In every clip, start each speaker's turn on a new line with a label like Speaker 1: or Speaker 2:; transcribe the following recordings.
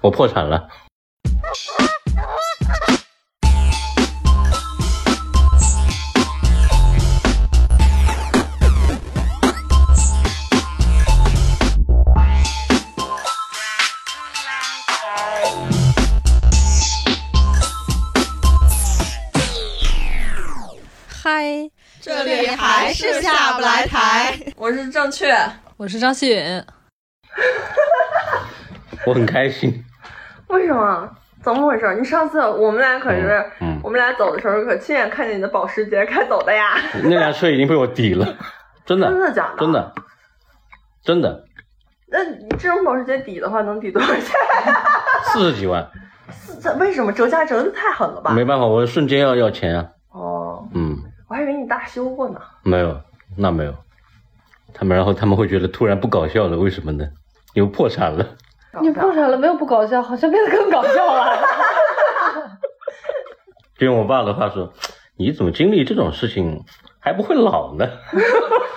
Speaker 1: 我破产了。
Speaker 2: 嗨，
Speaker 3: 这里还是下不来台。我是正确，
Speaker 2: 我是张希允。
Speaker 1: 我很开心。
Speaker 3: 为什么？怎么回事？你上次我们俩可是，
Speaker 1: 嗯嗯
Speaker 3: 我们俩走的时候可亲眼看见你的保时捷开走的呀！
Speaker 1: 那辆车已经被我抵了，真的，
Speaker 3: 真的假的？
Speaker 1: 真。的，真的，
Speaker 3: 那你这种保时捷抵的话，能抵多少钱？
Speaker 1: 四十几万，
Speaker 3: 这为什么折价折的太狠了吧？
Speaker 1: 没办法，我瞬间要要钱啊。
Speaker 3: 哦，
Speaker 1: 嗯，
Speaker 3: 我还以为你大修过呢。
Speaker 1: 没有，那没有。他们然后他们会觉得突然不搞笑了，为什么呢？因为破产了。
Speaker 4: 你破产了没有不搞笑，好像变得更搞笑 了。
Speaker 1: 就用我爸的话说，你怎么经历这种事情还不会老呢？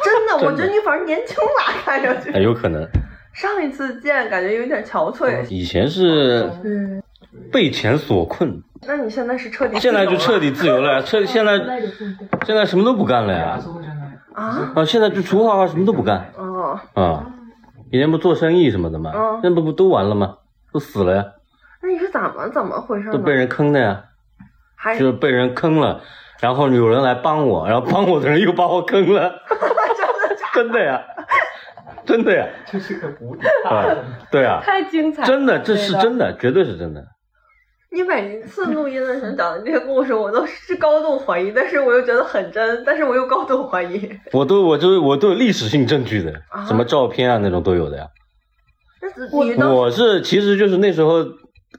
Speaker 3: 真的，我
Speaker 1: 真的
Speaker 3: 觉得你反而年轻了，看上去。
Speaker 1: 啊，有可能。
Speaker 3: 上一次见感觉有点憔悴，
Speaker 1: 以前是
Speaker 3: 嗯，
Speaker 1: 被钱所困，
Speaker 3: 那你现在是彻底
Speaker 1: 现在就彻
Speaker 3: 底
Speaker 1: 底自由了呀。彻现在现在什么都不干了呀。
Speaker 3: 啊，
Speaker 1: 啊，现在就除画画什么都不干
Speaker 3: 哦，
Speaker 1: 啊。以前不做生意什么的嘛，
Speaker 3: 嗯
Speaker 1: 现在不不都完了吗？都死了呀，
Speaker 3: 那你是哎怎么怎么回事
Speaker 1: 都被
Speaker 3: 呢？
Speaker 1: 人坑的呀，
Speaker 3: 还
Speaker 1: 就是被人坑了，然后有人来帮我，然后帮我的人又把我坑了， 真的呀，真的呀，
Speaker 5: 这是个古典。
Speaker 1: 啊，对 啊，
Speaker 4: 太精彩了，
Speaker 1: 真的，这是
Speaker 4: 对的
Speaker 1: 真的，绝对是真的。
Speaker 3: 你每一次录音的时候讲的这些故事，我都是高度怀疑，但是我又觉得很真，但是我又高度怀疑。
Speaker 1: 我都我都我都有历史性证据的，
Speaker 3: 啊
Speaker 1: 什么照片啊那种都有的呀。
Speaker 3: 那是你当
Speaker 1: 我是其实就是那时候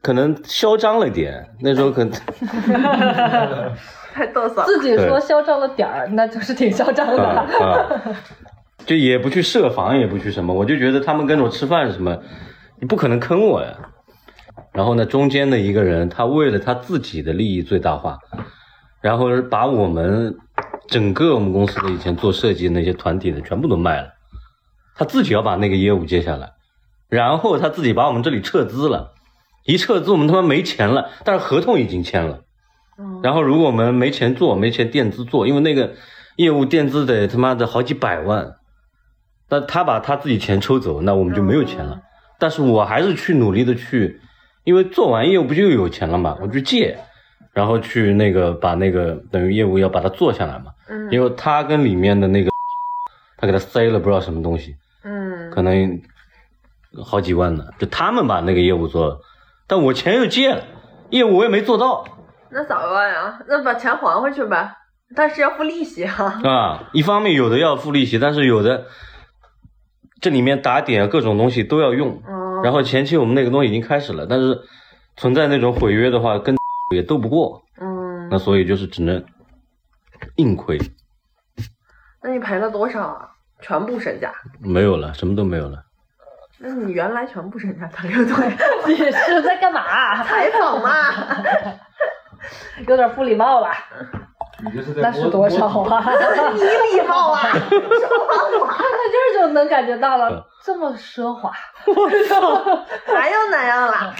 Speaker 1: 可能嚣张了一点，那时候可能
Speaker 3: 太嘚瑟了，
Speaker 4: 自己说嚣张了点儿，那就是挺嚣张
Speaker 1: 啊
Speaker 4: 的。
Speaker 1: 啊，就也不去设防，也不去什么，我就觉得他们跟着我吃饭什么，你不可能坑我呀。然后呢，中间的一个人，他为了他自己的利益最大化，然后把我们整个我们公司的以前做设计的那些团体的全部都卖了，他自己要把那个业务接下来，然后他自己把我们这里撤资了，一撤资我们他妈没钱了，但是合同已经签了。然后如果我们没钱做，没钱垫资做，因为那个业务垫资得他妈的好几百万，那他把他自己钱抽走，那我们就没有钱了。但是我还是去努力的去，因为做完业务不就有钱了嘛，我去借，然后去那个把那个等于业务要把它做下来嘛。
Speaker 3: 嗯
Speaker 1: 因为他跟里面的那个，他给他塞了不知道什么东西，
Speaker 3: 嗯，
Speaker 1: 可能好几万呢，就他们把那个业务做了，但我钱又借了，业务我也没做到。
Speaker 3: 那咋办呀？那把钱还回去呗，但是要付利息啊。
Speaker 1: 啊，一方面有的要付利息，但是有的这里面打点啊各种东西都要用。
Speaker 3: 哦，
Speaker 1: 然后前期我们那个东西已经开始了，但是存在那种毁约的话，跟也斗不过，
Speaker 3: 嗯，
Speaker 1: 那所以就是只能硬亏，
Speaker 3: 那你赔了多少啊？全部身价？
Speaker 1: 没有了，什么都没有了。
Speaker 3: 那你原来全部身价谈 六对
Speaker 4: 你是在干嘛？
Speaker 3: 采访嘛？
Speaker 4: 有点不礼貌了。
Speaker 5: 你这是在
Speaker 4: 那是多少 啊？
Speaker 3: 你礼貌啊！
Speaker 4: 在这儿就能感觉到
Speaker 1: 嗯
Speaker 4: 了，这么奢华。
Speaker 3: 哪有哪样啦？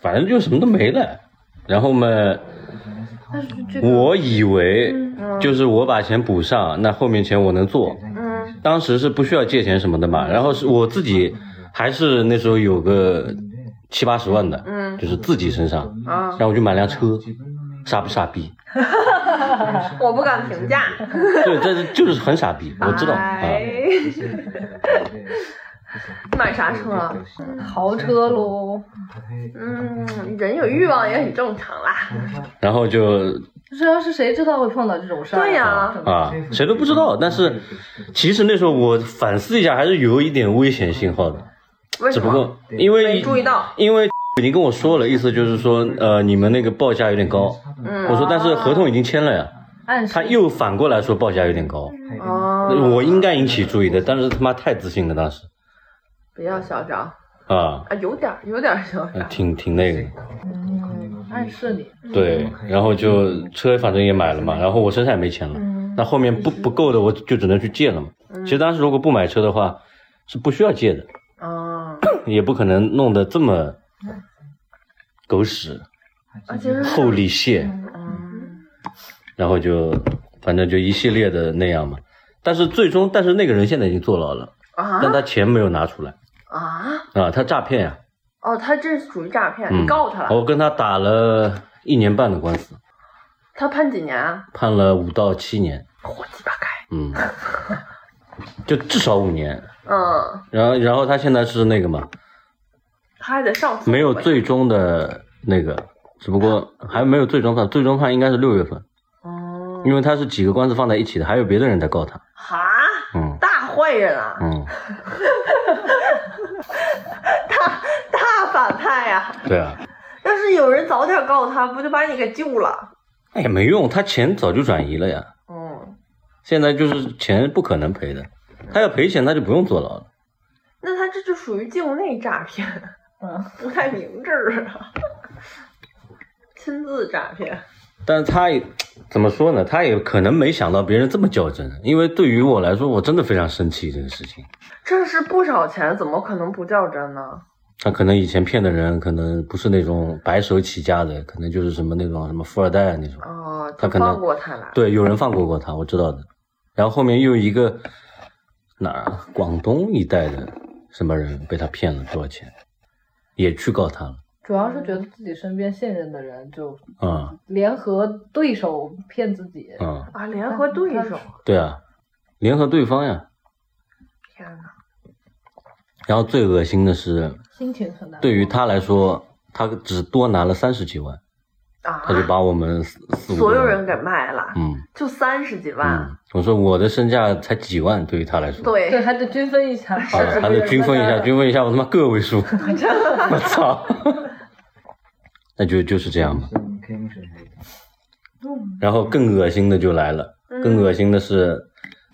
Speaker 1: 反正就什么都没了。然后嘛，
Speaker 4: 但是这个
Speaker 1: 我以为就是我把钱补上，那后面钱我能做。
Speaker 3: 嗯
Speaker 1: 当时是不需要借钱什么的嘛，然后是我自己还是那时候有个七八十万的，
Speaker 3: 嗯
Speaker 1: 就是自己身上，
Speaker 3: 啊，
Speaker 1: 让我去买辆车，傻不傻逼？
Speaker 3: 我不敢评价。
Speaker 1: 对，但是就是很傻逼，我知道啊。
Speaker 3: 哎，买啥车啊？
Speaker 4: 豪车喽，
Speaker 3: 嗯，人有欲望也很正常啦。
Speaker 1: 然后就
Speaker 4: 这要是谁知道会碰到这种事儿？
Speaker 3: 对呀
Speaker 4: 真的
Speaker 1: 啊，谁都不知道。但是其实那时候我反思一下，还是有一点危险信号的，
Speaker 3: 为
Speaker 1: 只
Speaker 3: 什
Speaker 1: 不
Speaker 3: 么？
Speaker 1: 过因为
Speaker 3: 没注意到。
Speaker 1: 因为已经跟我说了，意思就是说，呃，你们那个报价有点高。
Speaker 3: 嗯，
Speaker 1: 我说，但是合同已经签了呀。
Speaker 4: 暗示
Speaker 1: 他又反过来说报价有点高，
Speaker 3: 哦，
Speaker 1: 我应该引起注意的，但是他妈太自信了，当时
Speaker 3: 不要嚣张
Speaker 1: 啊，呃
Speaker 3: 啊，有点儿有点儿嚣张。
Speaker 1: 嗯挺挺那个的。
Speaker 3: 嗯
Speaker 4: 暗示你，
Speaker 1: 对，然后就车反正也买了嘛，然后我身上也没钱了，
Speaker 3: 嗯
Speaker 1: 那后面不不够的我就只能去借了嘛。其实当时如果不买车的话，是不需要借的，
Speaker 3: 哦，
Speaker 1: 也不可能弄得这么狗屎
Speaker 5: 而
Speaker 4: 且是
Speaker 1: 厚里蟹，
Speaker 3: 啊嗯，
Speaker 1: 然后就反正就一系列的那样嘛。但是最终，但是那个人现在已经坐牢了，但
Speaker 3: 啊
Speaker 1: 他钱没有拿出来
Speaker 3: 啊！
Speaker 1: 啊，他诈骗呀、
Speaker 3: 哦，他这是属于诈骗，
Speaker 1: 嗯
Speaker 3: 你告他了，
Speaker 1: 我跟他打了一年半的官司，
Speaker 3: 他判几年啊？
Speaker 1: 判了五到七年，
Speaker 3: 我鸡巴该。
Speaker 1: 嗯， 就至少五年。
Speaker 3: 嗯，
Speaker 1: 然后，然后他现在是那个嘛，
Speaker 3: 他还得上诉。
Speaker 1: 没有。最终的那个，只不过还没有最终判，最终判应该是六月份，
Speaker 3: 哦、
Speaker 1: 因为他是几个官司放在一起的，还有别的人在告他，
Speaker 3: 哈，
Speaker 1: 嗯
Speaker 3: 大坏人啊，
Speaker 1: 嗯，
Speaker 3: 大反派呀、
Speaker 1: 对啊，
Speaker 3: 要是有人早点告他，不就把你给救了？
Speaker 1: 那也哎没用，他钱早就转移了呀，
Speaker 3: 嗯，
Speaker 1: 现在就是钱不可能赔的，他要赔钱他就不用坐牢了，
Speaker 3: 那他这就属于境内诈骗，
Speaker 4: 嗯，
Speaker 3: 不太明智啊， 亲自诈骗。
Speaker 1: 但是他也怎么说呢？他也可能没想到别人这么较真，因为对于我来说，我真的非常生气这个事情。
Speaker 3: 这是不少钱，怎么可能不较真呢？
Speaker 1: 他可能以前骗的人，可能不是那种白手起家的，可能就是什么那种什么富二代啊那种。
Speaker 3: 哦，
Speaker 1: 他
Speaker 3: 就
Speaker 1: 可能
Speaker 3: 放过他了。
Speaker 1: 对，有人放过过他，我知道的。然后后面又一个哪儿啊，广东一带的什么人被他骗了多少钱，也去告他了
Speaker 4: 主要是觉得自己身边信任的人就
Speaker 1: 啊
Speaker 4: 联合对手骗自己
Speaker 1: 啊、，嗯
Speaker 3: 啊，联合对手，
Speaker 1: 对啊，联合对方呀。
Speaker 3: 天哪！
Speaker 1: 然后最恶心的是，
Speaker 4: 心情很难过。
Speaker 1: 对于他来说，他只多拿了三十几万，
Speaker 3: 啊
Speaker 1: 他，就把我们四四五个
Speaker 3: 所有人给卖了，
Speaker 1: 嗯
Speaker 3: 就三十几万。
Speaker 1: 嗯，我说我的身价才几万，对于他来说，
Speaker 4: 对，
Speaker 3: 对，
Speaker 4: 还得均分一下。
Speaker 1: 啊，还得均分一下，均分一下，我他妈个位 数，我操， 那就就是这样嘛。
Speaker 5: 是你可以用手机
Speaker 1: 然后更恶心的就来了，
Speaker 3: 嗯
Speaker 1: 更恶心的是，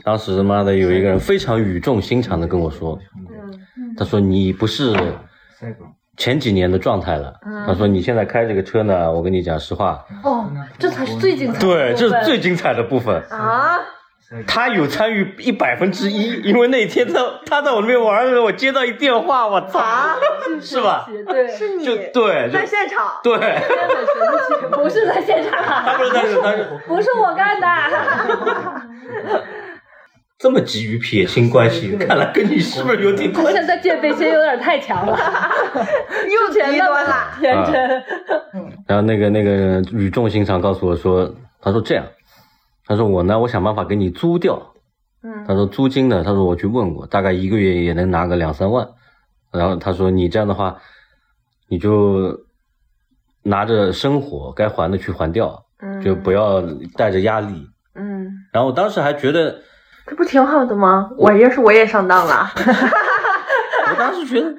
Speaker 1: 当时他妈的有一个人非常语重心长的跟我说，
Speaker 3: 嗯
Speaker 1: 他说你不是
Speaker 5: 赛狗
Speaker 1: 前几年的状态了，
Speaker 3: 嗯
Speaker 1: 他说你现在开这个车呢，我跟你讲实话，
Speaker 4: 哦，这才是最精彩的部
Speaker 1: 对，
Speaker 4: 分。
Speaker 1: 这是最精彩的部分。
Speaker 3: 啊，
Speaker 5: 赛狗
Speaker 1: 他有参与一百分之一，因为那天他他在我那边玩的时候，我接到一电话，我操，是吧？
Speaker 4: 对，
Speaker 3: 啊是你
Speaker 1: 就对，就
Speaker 3: 在现场，
Speaker 1: 对，
Speaker 4: 真的神奇，不是在现
Speaker 1: 他
Speaker 4: 场，啊
Speaker 1: 不是当时他是
Speaker 4: 不是我干的。
Speaker 1: 这么急于撇清关系，看来跟你是不是有点关系？
Speaker 4: 现在戒备心有点太强了，
Speaker 3: 又极端了。
Speaker 4: 天
Speaker 1: 啊
Speaker 4: 真。
Speaker 1: 然后那个那个人语重心长告诉我说，他说这样，他说我呢，我想办法给你租掉。
Speaker 3: 嗯
Speaker 1: 他说租金呢，他说我去问过，大概一个月也能拿个两三万。然后他说你这样的话，你就拿着生活该还的去还掉，
Speaker 3: 嗯
Speaker 1: 就不要带着压力。
Speaker 3: 嗯，
Speaker 1: 然后我当时还觉得，
Speaker 3: 这不挺好的吗？我要是我也上当了
Speaker 1: 我当时觉得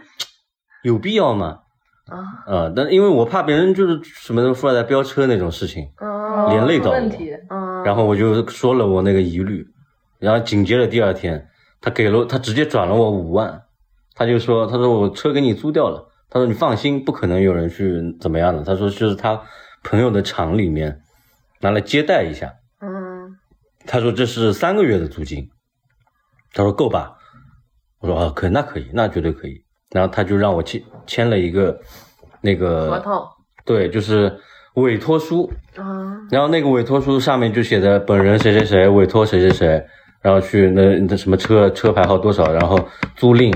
Speaker 1: 有必要吗？
Speaker 3: 啊，
Speaker 1: 呃，但因为我怕别人就是什么富二代飙车那种事情，
Speaker 3: 嗯
Speaker 1: 哦连累到我
Speaker 4: 问题，
Speaker 3: 嗯，
Speaker 1: 然后我就说了我那个疑虑，然后紧接着第二天，他给了他直接转了我五万，他就说他说我车给你租掉了，他说你放心，不可能有人去怎么样的，他说就是他朋友的厂里面拿来接待一下，
Speaker 3: 嗯
Speaker 1: 他说这是三个月的租金，他说够吧？我说啊，可那可以，那绝对可以。然后他就让我签签了一个那个
Speaker 3: 合同，
Speaker 1: 对，就是委托书。
Speaker 3: 啊
Speaker 1: 然后那个委托书上面就写着本人谁谁谁委托谁谁谁，然后去那那什么车车牌号多少，然后租赁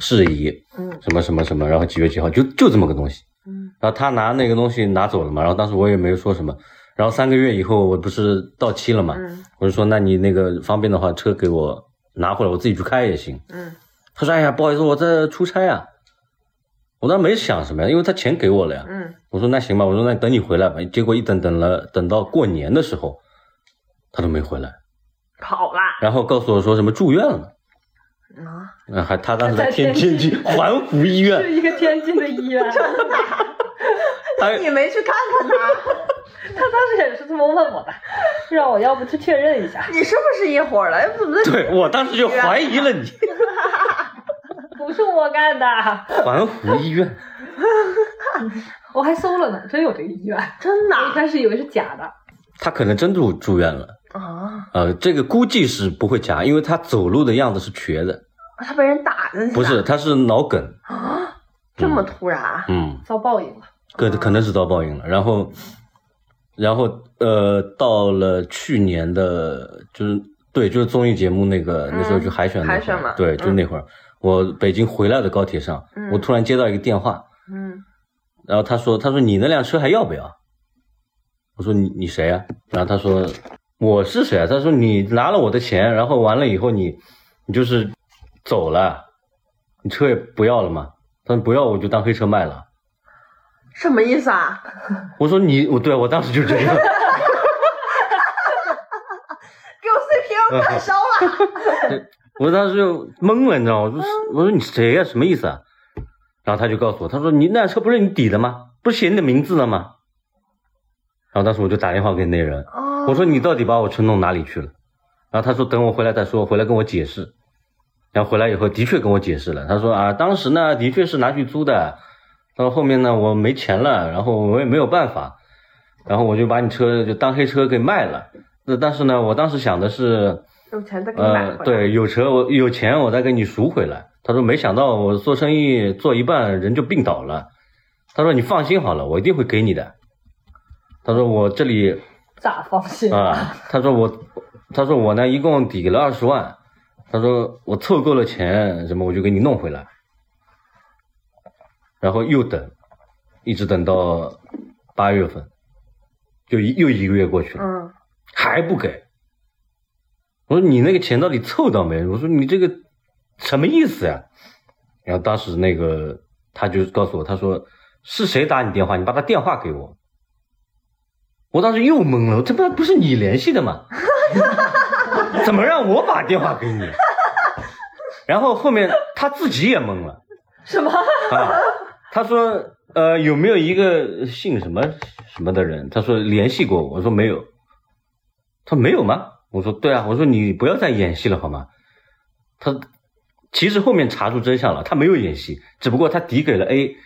Speaker 1: 事宜，
Speaker 3: 嗯
Speaker 1: 什么什么什么，然后几月几号，就就这么个东西。
Speaker 3: 嗯
Speaker 1: 然后他拿那个东西拿走了嘛，然后当时我也没有说什么。然后三个月以后我不是到期了嘛，
Speaker 3: 嗯
Speaker 1: 我就说那你那个方便的话，车给我拿回来，我自己去开也行。
Speaker 3: 嗯
Speaker 1: 他说哎呀，不好意思，我在出差啊。我当时没想什么呀，因为他钱给我了呀。
Speaker 3: 嗯
Speaker 1: 我说那行吧，我说那等你回来吧。结果一等等了，等到过年的时候，他都没回来，
Speaker 3: 跑了
Speaker 1: 然后告诉我说什么住院了，
Speaker 3: 啊，
Speaker 1: 那还他当时在
Speaker 4: 在
Speaker 1: 天津
Speaker 4: 天
Speaker 1: 去环湖医院，
Speaker 4: 是一个天津的医院。
Speaker 1: 他
Speaker 3: 你没去看看他，
Speaker 4: 他当时也是这么问我的，让我要不去确认一下。
Speaker 3: 你是不是一伙儿了？怎么
Speaker 1: 对我当时就怀疑了你
Speaker 4: 不是我干的，
Speaker 1: 环湖医院，
Speaker 4: 我还搜了呢，真有这个医院。
Speaker 3: 真的
Speaker 4: 我一开始以为是假的，
Speaker 1: 他可能真住住院了，
Speaker 3: 啊？
Speaker 1: 呃，这个估计是不会假，因为他走路的样子是瘸的，
Speaker 3: 他被人打进去了，
Speaker 1: 不是，他是脑梗，
Speaker 3: 啊？这么突然啊？
Speaker 1: 嗯，
Speaker 4: 遭报应了。
Speaker 3: 嗯
Speaker 1: 可可能是遭报应了。然后，然后呃，到了去年的，就是对，就是综艺节目那个、那时候去海选那会儿
Speaker 3: 嗯海选嘛
Speaker 1: 对，就那会儿、我北京回来的高铁上，
Speaker 3: 嗯
Speaker 1: 我突然接到一个电话，
Speaker 3: 嗯，
Speaker 1: 然后他说他说你那辆车还要不要？我说你你谁啊？然后他说我是谁啊？他说你拿了我的钱，然后完了以后你你就是走了，你车也不要了嘛？他说不要我就当黑车卖了。
Speaker 3: 什么意思啊？
Speaker 1: 我说你我对啊我当时就这样。
Speaker 3: 给我 CPU 串烧了！
Speaker 1: 我当时就懵了，你知道吗？我说我说你谁呀、什么意思啊？然后他就告诉我，他说你那辆车不是你抵的吗？不是写你的名字了吗？然后当时我就打电话给那人，
Speaker 3: 哦
Speaker 1: 嗯我说你到底把我车弄哪里去了？然后他说等我回来再说，回来跟我解释。然后回来以后的确跟我解释了，他说啊，当时呢的确是拿去租的，他说后面呢我没钱了，然后我也没有办法，然后我就把你车就当黑车给卖了。那但是呢，我当时想的是，
Speaker 3: 有钱再给你买回
Speaker 1: 呃
Speaker 3: 来。，
Speaker 1: 对，有车我有钱我再给你赎回来。他说没想到我做生意做一半人就病倒了，他说你放心好了，我一定会给你的。他说我这里
Speaker 4: 咋放心？
Speaker 1: 啊，他说我，他说我呢一共抵了二十万，他说我凑够了钱什么我就给你弄回来，然后又等，一直等到八月份，就一又一个月过去了。
Speaker 3: 嗯，
Speaker 1: 还不给。我说你那个钱到底凑到没？我说你这个什么意思呀、然后当时那个他就告诉我，他说是谁打你电话？你把他电话给我。我当时又懵了，这不不是你联系的吗？ 怎么让我把电话给你？ 然后后面他自己也懵了
Speaker 4: 什么？
Speaker 1: 啊，他说呃有没有一个姓什么什么的人？他说联系过我，我说没有。他说没有吗？我说对啊，我说你不要再演戏了好吗？他其实后面查出真相了，他没有演戏，只不过他抵给了 A，A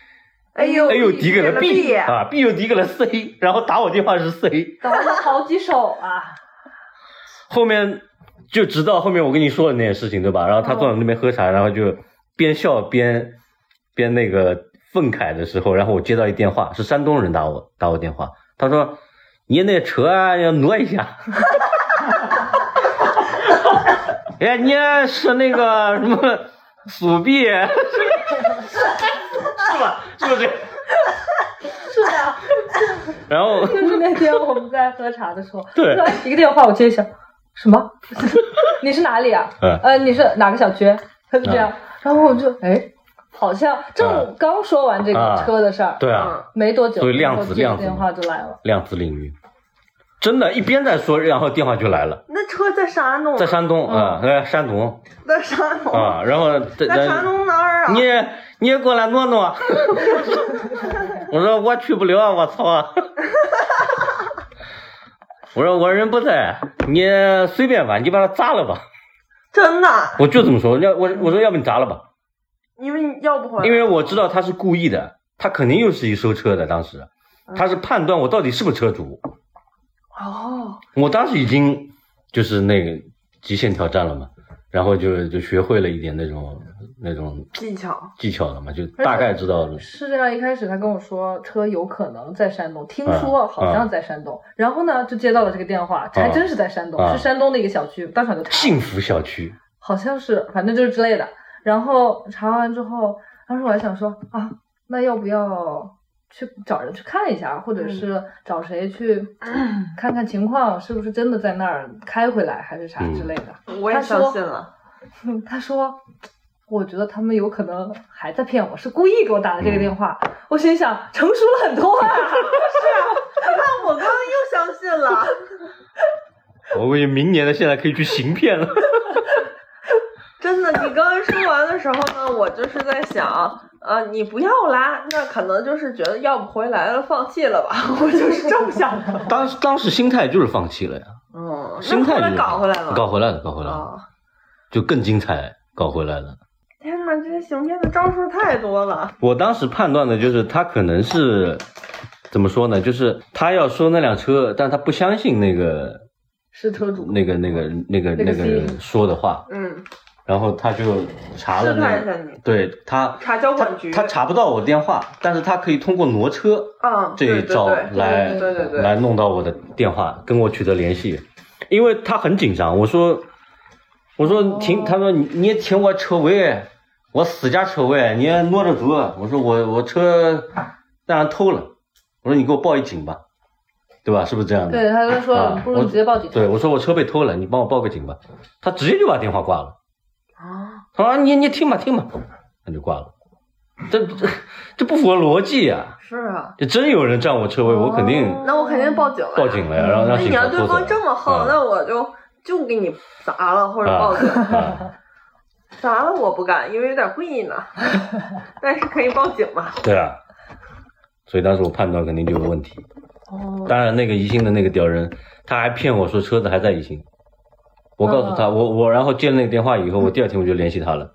Speaker 3: 哎呦，
Speaker 1: 又抵给了 B,
Speaker 3: 给了
Speaker 1: 啊，B 又抵给了 C，然后打我电话是 C，
Speaker 4: 搞了好几手啊！
Speaker 1: 后面就直到后面我跟你说的那件事情对吧？然后他坐我们那边喝茶，然后就边笑边边那个愤慨的时候，然后我接到一电话，是山东人打我打我电话，他说你那车啊要挪一下。哎，你是那个什么鼠币，是吧？是不是？
Speaker 4: 是的，
Speaker 1: 然后
Speaker 4: 啊就是那天我们在喝茶的时候，
Speaker 1: 对
Speaker 4: 说哎一个电话我接一下，什么？ 你是哪里啊？
Speaker 1: 嗯
Speaker 4: 呃，你是哪个小区？他就这样，然后我就哎，好像正
Speaker 1: 嗯
Speaker 4: 刚说完这个
Speaker 1: 啊
Speaker 4: 车的事儿，
Speaker 1: 对
Speaker 3: 嗯
Speaker 1: 啊，
Speaker 4: 没多久，
Speaker 1: 所以量子量
Speaker 4: 然后这个
Speaker 1: 子
Speaker 4: 电话就来了。
Speaker 1: 量子领域，真的，一边在说，然后电话就来了。
Speaker 3: 那车在山东，
Speaker 1: 在山东啊，呃，山东
Speaker 3: 在山东，
Speaker 1: 啊，然后在
Speaker 3: 在山东哪儿啊？
Speaker 1: 你也你也过来挪挪。 我说我去不了，啊我操！ 我说我人不在，你随便吧，你把它砸了吧。
Speaker 3: 真的，
Speaker 1: 我就这么说，要我我说要不你砸了吧，
Speaker 3: 因为你要不回来，
Speaker 1: 因为我知道他是故意的，他肯定又是一收车的。当时他是判断我到底是不是车主，
Speaker 3: 哦，
Speaker 1: 我当时已经就是那个极限挑战了嘛，然后就就学会了一点那种那种
Speaker 3: 技巧，
Speaker 1: 技巧了嘛，就
Speaker 3: 哎
Speaker 1: 大概知道了。
Speaker 4: 是这样，一开始他跟我说车有可能在山东，听
Speaker 1: 嗯
Speaker 4: 说好像在山东，然后呢就接到了这个电话，还真是在山东，
Speaker 1: 啊
Speaker 4: 是山东的一个小区，当场就查了，
Speaker 1: 幸福小区，
Speaker 4: 好像是，反正就是之类的。然后查完之后，当时我还想说啊，那要不要去找人去看一下，或
Speaker 3: 嗯
Speaker 4: 者是找谁去看看情况，是不是真的在那儿开回来，还是啥之类的？
Speaker 3: 我也
Speaker 4: 他说
Speaker 3: 相信了。
Speaker 4: 嗯 他说，我觉得他们有可能还在骗我，是故意给我打的这
Speaker 3: 嗯
Speaker 4: 个电话。我心想，成熟了很多啊。
Speaker 3: 啊那我刚刚又相信了，
Speaker 1: 我估计明年的现在可以去行骗了。
Speaker 3: 真的。你刚刚说完的时候呢，我就是在想，呃，你不要啦，那可能就是觉得要不回来了，放弃了吧？ 我就是这么想的。
Speaker 1: 当时当时心态就是放弃了呀，
Speaker 3: 嗯，
Speaker 1: 心
Speaker 3: 那
Speaker 1: 态
Speaker 3: 后
Speaker 1: 就
Speaker 3: 来
Speaker 1: 是
Speaker 3: 搞回来了，
Speaker 1: 搞回来了，搞回来了，
Speaker 3: 啊！
Speaker 1: 就更精彩，搞回来了。
Speaker 3: 天哪，这些行骗的招数太多了。
Speaker 1: 我当时判断的就是他可能是怎么说呢？就是他要收那辆车，但他不相信那个
Speaker 4: 是车主，
Speaker 1: 那个那个那个
Speaker 4: 那个
Speaker 1: 那个人
Speaker 4: C
Speaker 1: 说的话，
Speaker 3: 嗯
Speaker 1: 然后他就查了
Speaker 3: 试探
Speaker 1: 那
Speaker 3: 一
Speaker 1: 个，
Speaker 3: 下你，
Speaker 1: 对他
Speaker 3: 查交管局，
Speaker 1: 他查不到我电话，但是他可以通过挪车
Speaker 3: 嗯，
Speaker 1: 这
Speaker 3: 对
Speaker 1: 一
Speaker 3: 对
Speaker 1: 招
Speaker 3: 对
Speaker 1: 来
Speaker 3: 对对对
Speaker 1: 来弄到我的电话，跟我取得联系，因为他很紧张。我说我
Speaker 3: 哦
Speaker 1: 说停，他说你你停我车位，我私家车位，你也挪着走。我说我我车让人偷了，我说你给我报一警吧，对吧？是不是这样的？
Speaker 4: 对，他就说、
Speaker 1: 啊
Speaker 4: 不如
Speaker 1: 我
Speaker 4: 你直接报警。
Speaker 1: 对，我说我车被偷了，你帮我报个警吧。他直接就把电话挂了。
Speaker 3: 啊，
Speaker 1: 他说啊你你听吧听吧，他就挂了。这这这不符合逻辑呀、
Speaker 3: 是啊，
Speaker 1: 这真有人占我车位，我肯定
Speaker 3: 那我肯定报警了。
Speaker 1: 报警了呀，让
Speaker 3: 那
Speaker 1: 让警
Speaker 3: 你
Speaker 1: 察
Speaker 3: 要
Speaker 1: 做嗯
Speaker 3: 嗯对
Speaker 1: 走
Speaker 3: 方这么横，那我就就给你砸了或者报警。
Speaker 1: 啊，
Speaker 3: 砸了我不敢，因为有点贵呢， 但是可以报警嘛。
Speaker 1: 对啊，所以当时我判断肯定就有问题。
Speaker 3: 哦，
Speaker 1: 当然，那个宜兴的那个屌人，他还骗我说车子还在宜兴。我告诉他，
Speaker 3: 嗯
Speaker 1: 我我然后接了那个电话以后，我第二天我就联系他了，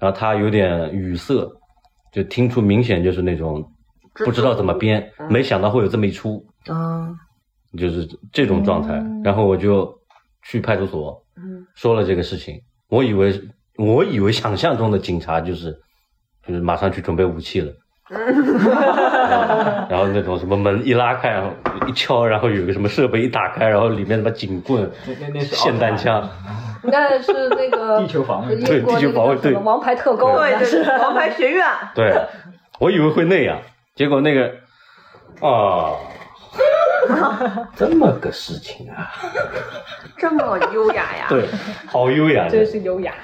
Speaker 1: 然后他有点语塞，就听出明显就是那种不知道怎么编，
Speaker 3: 嗯
Speaker 1: 没想到会有这么一出，
Speaker 3: 嗯
Speaker 1: 就是这种状态。然后我就去派出所
Speaker 3: 嗯
Speaker 1: 说了这个事情，我以为我以为想象中的警察就是就是马上去准备武器了。 然后那 种什么门一拉开，然后一敲，然后有个什么设备一打开，然后里面什么警棍、
Speaker 5: 那那那是
Speaker 1: 霰弹枪，
Speaker 4: 应该是那个
Speaker 5: 地球防
Speaker 3: 嗯
Speaker 5: 卫
Speaker 1: 对
Speaker 4: 英国
Speaker 1: 地球
Speaker 4: 那个
Speaker 1: 防卫
Speaker 4: 叫什么
Speaker 1: 对
Speaker 4: 王牌特工，
Speaker 3: 对
Speaker 4: 是
Speaker 3: 对，王牌学院，
Speaker 1: 对，我以为会那样，结果那个，哦， 这么个事情啊，
Speaker 3: 这么优雅呀？
Speaker 1: 对，好优雅的
Speaker 4: 真，是优雅。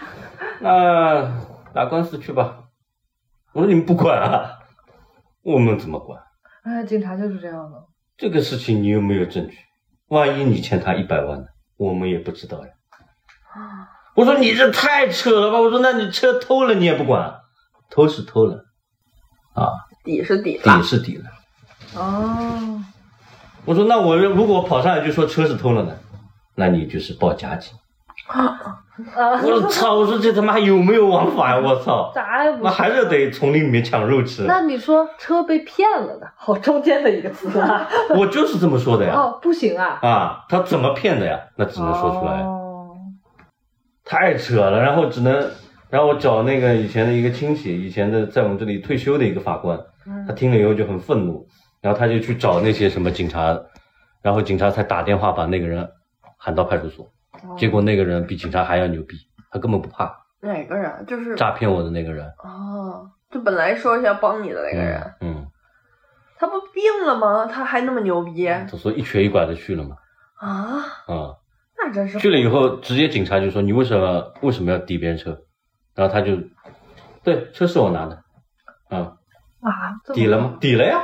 Speaker 1: 那打官司去吧。我说你们不管啊，我们怎么管？
Speaker 4: 哎，警察就是这样的，
Speaker 1: 这个事情你有没有证据？万一你欠他一百万呢？我们也不知道呀。
Speaker 4: 啊
Speaker 1: 我说你这太扯了吧！我说那你车偷了你也不管，偷是偷了，
Speaker 3: 底是底
Speaker 1: 底
Speaker 3: 了，
Speaker 1: 是底了。
Speaker 4: 哦，
Speaker 1: 我说那我如果跑上来就说车是偷了呢，那你就是报假警。
Speaker 4: 啊，
Speaker 1: 我操！我说这他妈有没有王法呀、我操！
Speaker 4: 咋也不
Speaker 1: 那还是得从里面抢肉吃。
Speaker 4: 那你说车被骗了呢？好，中间的一个词啊。
Speaker 1: 我就是这么说的呀。
Speaker 4: 哦，不行啊，
Speaker 1: 啊，他怎么骗的呀？那只能说出来。
Speaker 4: 哦
Speaker 1: 太扯了，然后只能，然后我找那个以前的一个亲戚，以前的在我们这里退休的一个法官，
Speaker 3: 嗯
Speaker 1: 他听了以后就很愤怒，然后他就去找那些什么警察，然后警察才打电话把那个人喊到派出所，嗯
Speaker 3: 哦
Speaker 1: 结果那个人比警察还要牛逼，他根本不怕
Speaker 3: 哪个人？就是
Speaker 1: 诈骗我的那个人，
Speaker 3: 哦，就本来说是要帮你的那个人，
Speaker 1: 嗯，
Speaker 3: 他不病了吗？他还那么牛逼
Speaker 1: 嗯，
Speaker 3: 啊？
Speaker 1: 他说一瘸一拐的去了嘛，啊、
Speaker 3: 那真是
Speaker 1: 去了以后直接警察就说你为什么为什么要抵别人车，然后他就，对，车是我拿的，啊、
Speaker 4: 啊，这么
Speaker 1: 抵了吗？？抵了呀。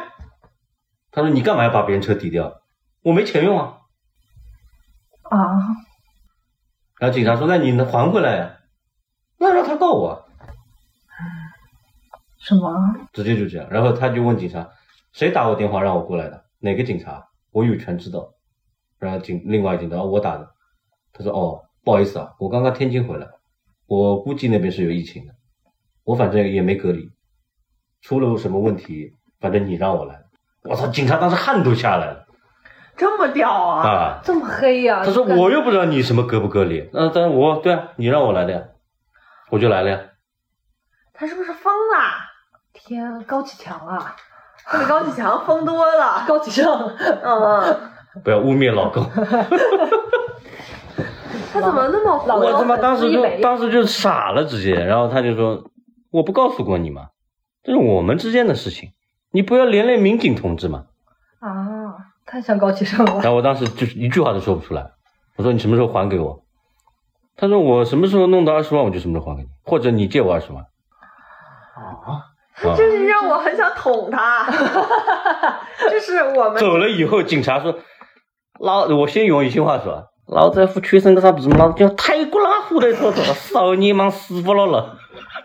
Speaker 1: 他说你干嘛要把别人车抵掉？我没钱用啊。
Speaker 4: 啊，
Speaker 1: 然后警察说那你能还回来呀、那让他告我啊，
Speaker 4: 什么？
Speaker 1: 直接就这样。然后他就问警察，谁打我电话让我过来的？哪个警察？我有权知道。然后警另外警察哦我打的。他说哦，不好意思啊，我刚刚天津回来，我估计那边是有疫情的，我反正也没隔离，出了什么问题，反正你让我来。我操！警察当时汗都下来了
Speaker 3: 这么屌啊！
Speaker 1: 啊！
Speaker 4: 这么黑呀、
Speaker 1: 他说
Speaker 4: 就感
Speaker 1: 我又不知道你什么隔不隔离，那、但是我对啊，你让我来的呀，我就来了呀。
Speaker 3: 他是不是疯啦？
Speaker 4: 天高启强啊，
Speaker 3: 这比高启强疯多了。
Speaker 4: 高启盛，
Speaker 3: 嗯嗯，
Speaker 1: 不要污蔑老高，
Speaker 3: 他怎么那么
Speaker 4: 老
Speaker 1: 我
Speaker 4: 高
Speaker 1: 他妈
Speaker 4: 很
Speaker 1: 当时
Speaker 4: 自以
Speaker 1: 就
Speaker 4: 为
Speaker 1: 当时就傻了，直接。然后他就说，我不告诉过你吗？这是我们之间的事情，你不要连累民警同志嘛。
Speaker 4: 啊，太像高启盛 了
Speaker 1: 然后我当时就是一句话都说不出来，我说你什么时候还给我？他说我什么时候弄到二十万，我就什么时候还给你，或者你借我二十万。
Speaker 5: 啊，
Speaker 1: 啊
Speaker 3: 真是让我很想捅 他。就是我 们
Speaker 1: 走了以后，警察说：“老，我先用宜兴话说，啊老子副全身个啥皮嘛，老子叫泰国拉虎来操操，少你忙死不了了。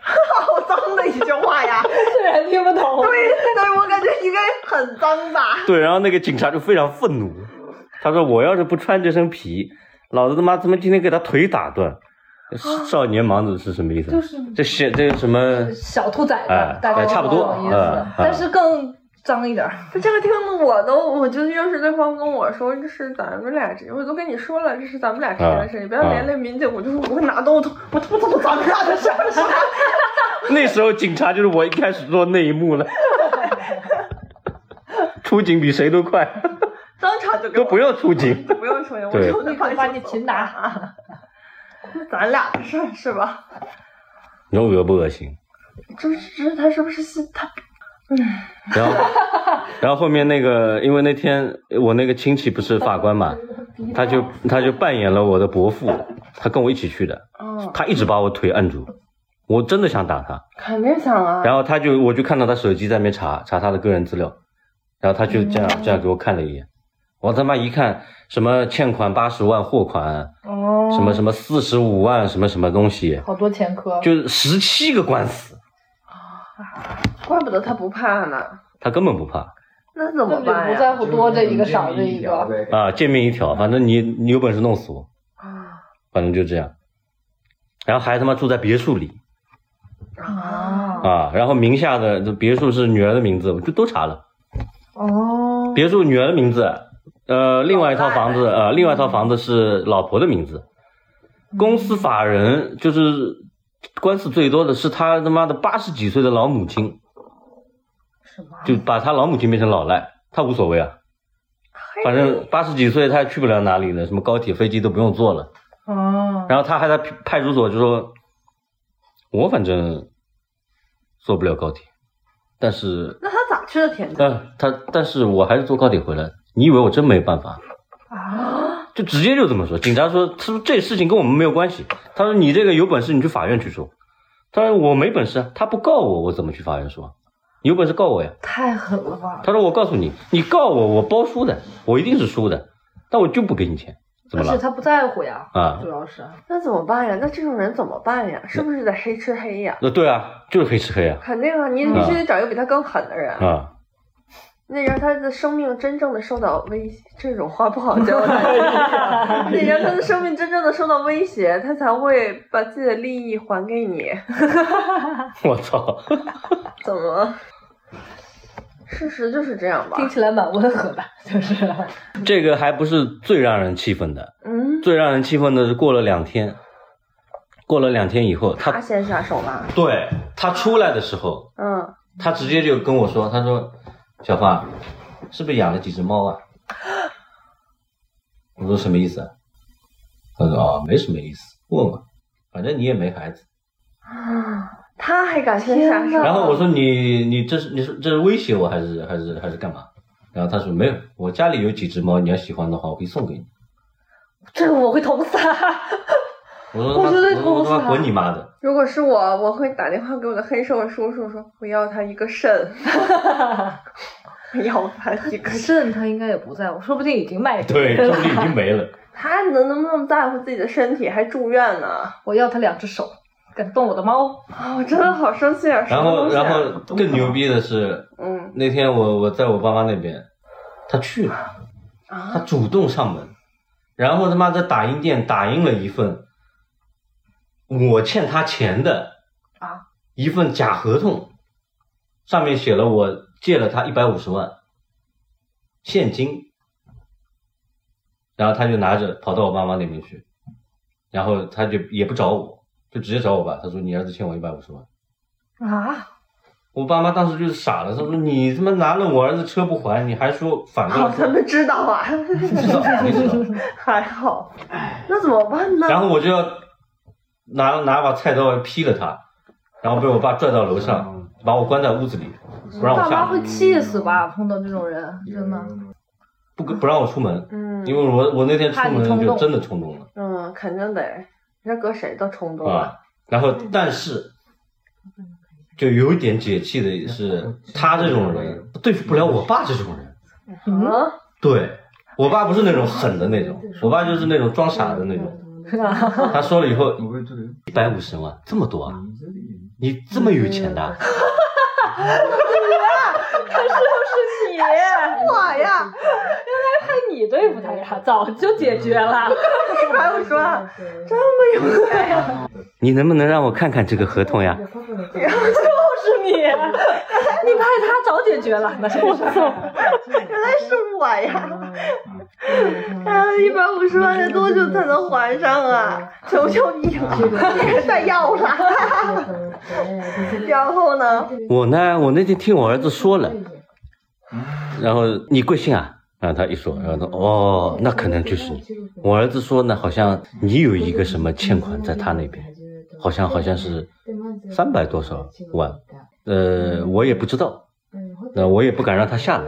Speaker 3: 好脏的一句话呀。
Speaker 4: 虽然听不懂，
Speaker 3: 对对，我感觉应该很脏吧。”
Speaker 1: 对，然后那个警察就非常愤怒，他说：“我要是不穿这身皮，老子他妈他妈今天给他腿打断。”少年盲子是什么意思？
Speaker 4: 啊
Speaker 1: 啊
Speaker 4: 就是
Speaker 1: 这些这个什么
Speaker 4: 小兔崽子，
Speaker 1: 哎
Speaker 4: 大概
Speaker 1: 哎差不
Speaker 4: 是这
Speaker 1: 多
Speaker 4: 种意
Speaker 1: 哎
Speaker 4: 思
Speaker 1: 哎。
Speaker 4: 但是更脏一点儿。
Speaker 3: 这个听得我都，我觉得要是对方跟我说这是咱们俩之，我都跟你说了，这是咱们俩之间的事，
Speaker 1: 啊
Speaker 3: 你不要连累民警，我就我哪都我我他妈都咱们俩的事儿，
Speaker 1: 那时候警察就是我一开始做那一幕 了，出警比谁都快，
Speaker 3: 当场就给
Speaker 1: 都
Speaker 3: 我
Speaker 1: 不用出 警。
Speaker 3: 不用出去，我
Speaker 1: 对
Speaker 3: 就
Speaker 4: 立刻把你擒拿。
Speaker 3: 咱俩的事儿是吧？
Speaker 1: 你说恶不恶心？
Speaker 3: 这这他是不是心他
Speaker 1: 然后， 然后后面那个，因为那天我那个亲戚不是法官嘛，他就他就扮演了我的伯父，他跟我一起去的，
Speaker 3: 嗯，
Speaker 1: 他一直把我腿摁住，我真的想打他，
Speaker 4: 嗯
Speaker 3: 肯定想啊。
Speaker 1: 然后他就我就看到他手机在那边查查他的个人资料，然后他就这样这样给我看了一眼，我他妈一看什么欠款八十万货款，
Speaker 4: 哦
Speaker 1: 什么什么四十五万什么什么东西，
Speaker 4: 好多前科，啊
Speaker 1: 就是十七个官司，
Speaker 3: 怪不得他不怕呢，
Speaker 1: 他根本不怕。
Speaker 3: 那怎么
Speaker 4: 那
Speaker 3: 办
Speaker 4: 就不
Speaker 3: 呀？
Speaker 4: 在乎多这一个少这一
Speaker 5: 条
Speaker 4: 个。
Speaker 5: 呗。
Speaker 1: 啊，见面一条，反正你你有本事弄死我，
Speaker 3: 啊
Speaker 1: 反正就这样。然后还他妈住在别墅里
Speaker 3: 啊！
Speaker 1: 啊，然后名下的这别墅是女儿的名字，我就都查了，
Speaker 4: 哦，
Speaker 1: 别墅女儿的名字，呃，另外一套房子，呃，另外一套房子是老婆的名字。公司法人就是官司最多的是他他妈的八十几岁的老母亲，
Speaker 4: 什么？
Speaker 1: 就把他老母亲变成老赖，他无所谓啊，反正八十几岁他也去不了哪里了，什么高铁、飞机都不用坐了。
Speaker 4: 哦，
Speaker 1: 然后他还在派派出所就说，我反正坐不了高铁，但是，
Speaker 3: 那他咋去的天津？
Speaker 1: 呃，他但是我还是坐高铁回来。你以为我真没办法？
Speaker 4: 啊，
Speaker 1: 就直接就这么说。警察说，他说这事情跟我们没有关系。他说你这个有本事你去法院去说。他说我没本事啊，他不告我，我怎么去法院说？你有本事告我呀？
Speaker 4: 太狠了吧！
Speaker 1: 他说我告诉你，你告我，我包输的，我一定是输的，但我就不给你钱，怎
Speaker 4: 而
Speaker 1: 么
Speaker 4: 且
Speaker 1: 了？
Speaker 4: 他不在乎呀，
Speaker 1: 啊
Speaker 4: 主要是
Speaker 3: 那怎么办呀？那这种人怎么办呀？是不是得黑吃黑呀？
Speaker 1: 那对啊，就是黑吃黑啊，
Speaker 3: 肯定啊，你必须得找一个比他更狠的人，
Speaker 1: 啊。
Speaker 3: 那让他的生命真正的受到威胁，这种话不好交 代。得让他的生命真正的受到威胁，他才会把自己的利益还给你。
Speaker 1: 我操！
Speaker 3: 怎么？事实就是这样吧。
Speaker 4: 听起来蛮温和的， 就是
Speaker 1: 这个还不是最让人气愤的，
Speaker 3: 嗯，
Speaker 1: 最让人气愤的是过了两天，过了两天以后，
Speaker 3: 他
Speaker 1: 他
Speaker 3: 先下手了。
Speaker 1: 对他出来的时候，
Speaker 3: 嗯，
Speaker 1: 他直接就跟我说，他说：“小发，是不是养了几只猫啊？”我说什么意思啊？他说：“啊、没什么意思，问问，反正你也没孩子。”
Speaker 3: 他还敢先下手？
Speaker 1: 然后我说：“你你这是你是这是威胁我还是还是还是干嘛？”然后他说：“没有，我家里有几只猫，你要喜欢的话，我可以送给你。”
Speaker 4: 这个我会投 诉他。
Speaker 1: 我说他
Speaker 4: 我觉得啊
Speaker 1: 我说他妈
Speaker 4: 投诉
Speaker 1: 滚
Speaker 4: 他
Speaker 1: 你妈的！
Speaker 3: 如果是我，我会打电话给我的黑社会叔叔说，我要他一个肾， 我要他一个
Speaker 4: 可
Speaker 3: 肾。
Speaker 4: 是他应该也不在乎，说不定已经卖给
Speaker 1: 对，
Speaker 4: 人
Speaker 1: 说
Speaker 4: 了
Speaker 1: 不定已经 没了。
Speaker 3: 他能能不能在乎自己的身体，还住院呢？
Speaker 4: 我要他两只手，敢动我的猫，
Speaker 3: 啊、我真的好生气啊！什
Speaker 1: 然
Speaker 3: 么
Speaker 1: 后，
Speaker 3: 东西啊
Speaker 1: 然后更牛逼的是，
Speaker 3: 嗯
Speaker 1: 那天我我在我爸妈那边，他去了，他
Speaker 3: 啊，
Speaker 1: 主动上门，然后他妈在打印店打印了一份我欠他钱的
Speaker 4: 啊
Speaker 1: 一份假合同，上面写了我借了他一百五十万现金，然后他就拿着跑到我爸妈那边去，然后他就也不找我，就直接找我爸，他说你儿子欠我一百五十万。
Speaker 4: 啊，
Speaker 1: 我爸妈当时就是傻了，他说：“你他妈拿了我儿子车不还，你还说反过
Speaker 3: 好，
Speaker 1: 来
Speaker 3: 他
Speaker 1: 说
Speaker 3: 们知道啊，
Speaker 1: 知 道谁知道
Speaker 3: 还好。那怎么办呢？
Speaker 1: 哎然后我就要拿拿把菜刀劈了他，然后被我爸拽到楼上，把我关在屋子里，不让我
Speaker 4: 爸妈
Speaker 1: 下
Speaker 4: 会
Speaker 1: 楼，
Speaker 4: 气死吧？碰到这种人，真的。
Speaker 1: 不跟不让我出门，
Speaker 3: 嗯
Speaker 1: 因为我我那天出
Speaker 4: 怕
Speaker 1: 门
Speaker 4: 你冲
Speaker 1: 就
Speaker 4: 动
Speaker 1: 真的冲动了
Speaker 3: 嗯，肯定得，这搁谁都冲动
Speaker 1: 啊。然后
Speaker 4: 嗯
Speaker 1: 但是就有一点解气的是，他这种人对付不了我爸这种人。
Speaker 4: 嗯，
Speaker 3: 啊！
Speaker 1: 对我爸不是那种狠的那种，我爸就是那种装傻的那种。
Speaker 4: 是吧？
Speaker 1: 他说了以后，
Speaker 5: 不是这里，
Speaker 1: 一百五十万，这么多啊？
Speaker 5: 这里
Speaker 1: 你这么有钱的啊？
Speaker 4: 就是你，
Speaker 3: 我呀，
Speaker 4: 看你对付他呀，早就解决了。
Speaker 3: 一百五十万，这么有钱呀！
Speaker 1: 你能不能让我看看这个合同呀？
Speaker 3: 然后最后
Speaker 4: 是你，原来你派他早解决了，那是我操！
Speaker 3: 原来是我呀！
Speaker 4: 嗯
Speaker 3: 啊，一百五十万得多久才能还上啊？求求你了， 别再要了。然后呢？
Speaker 1: 我呢，我那天听我儿子说了，然后你贵姓啊？然后他一说，然后他哦，那可能就是你。我儿子说呢，好像你有一个什么欠款在他那边，好像好像是三百多少万，呃，我也不知道，那我也不敢让他下来。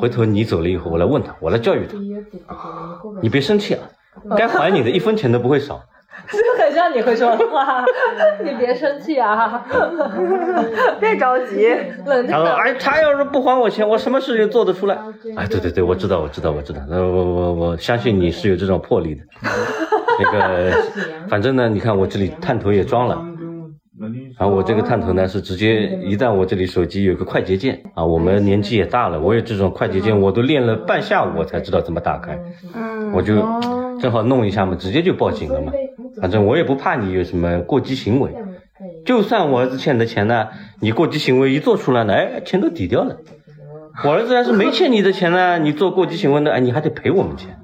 Speaker 1: 回头你走了以后，我来问他，我来教育他，你别生气啊，该还你的一分钱都不会少。
Speaker 4: 就很像你会说的话， 你别生气啊，
Speaker 3: 别着急，
Speaker 4: 冷
Speaker 1: 他
Speaker 4: 静
Speaker 1: 说：“
Speaker 4: 的。
Speaker 1: 哎，他要是不还我钱，我什么事情做得出来？”哎，对对对，我知道，我知道，我知道。呃，我我我相信你是有这种魄力的。 那个，反正呢，你看我这里探头也装了，然后我这个探头呢是直接，一旦我这里手机有个快捷键啊，我们年纪也大了，我有这种快捷键，我都练了半下午我才知道怎么打开，
Speaker 3: 嗯，
Speaker 1: 我就
Speaker 4: 哦
Speaker 1: 正好弄一下嘛，直接就报警了嘛。反正我也不怕你有什么过激行为，就算我儿子欠你的钱呢，你过激行为一做出来呢，哎，钱都抵掉了。我儿子要是没欠你的钱呢，你做过激行为呢，哎，你还得赔我们钱。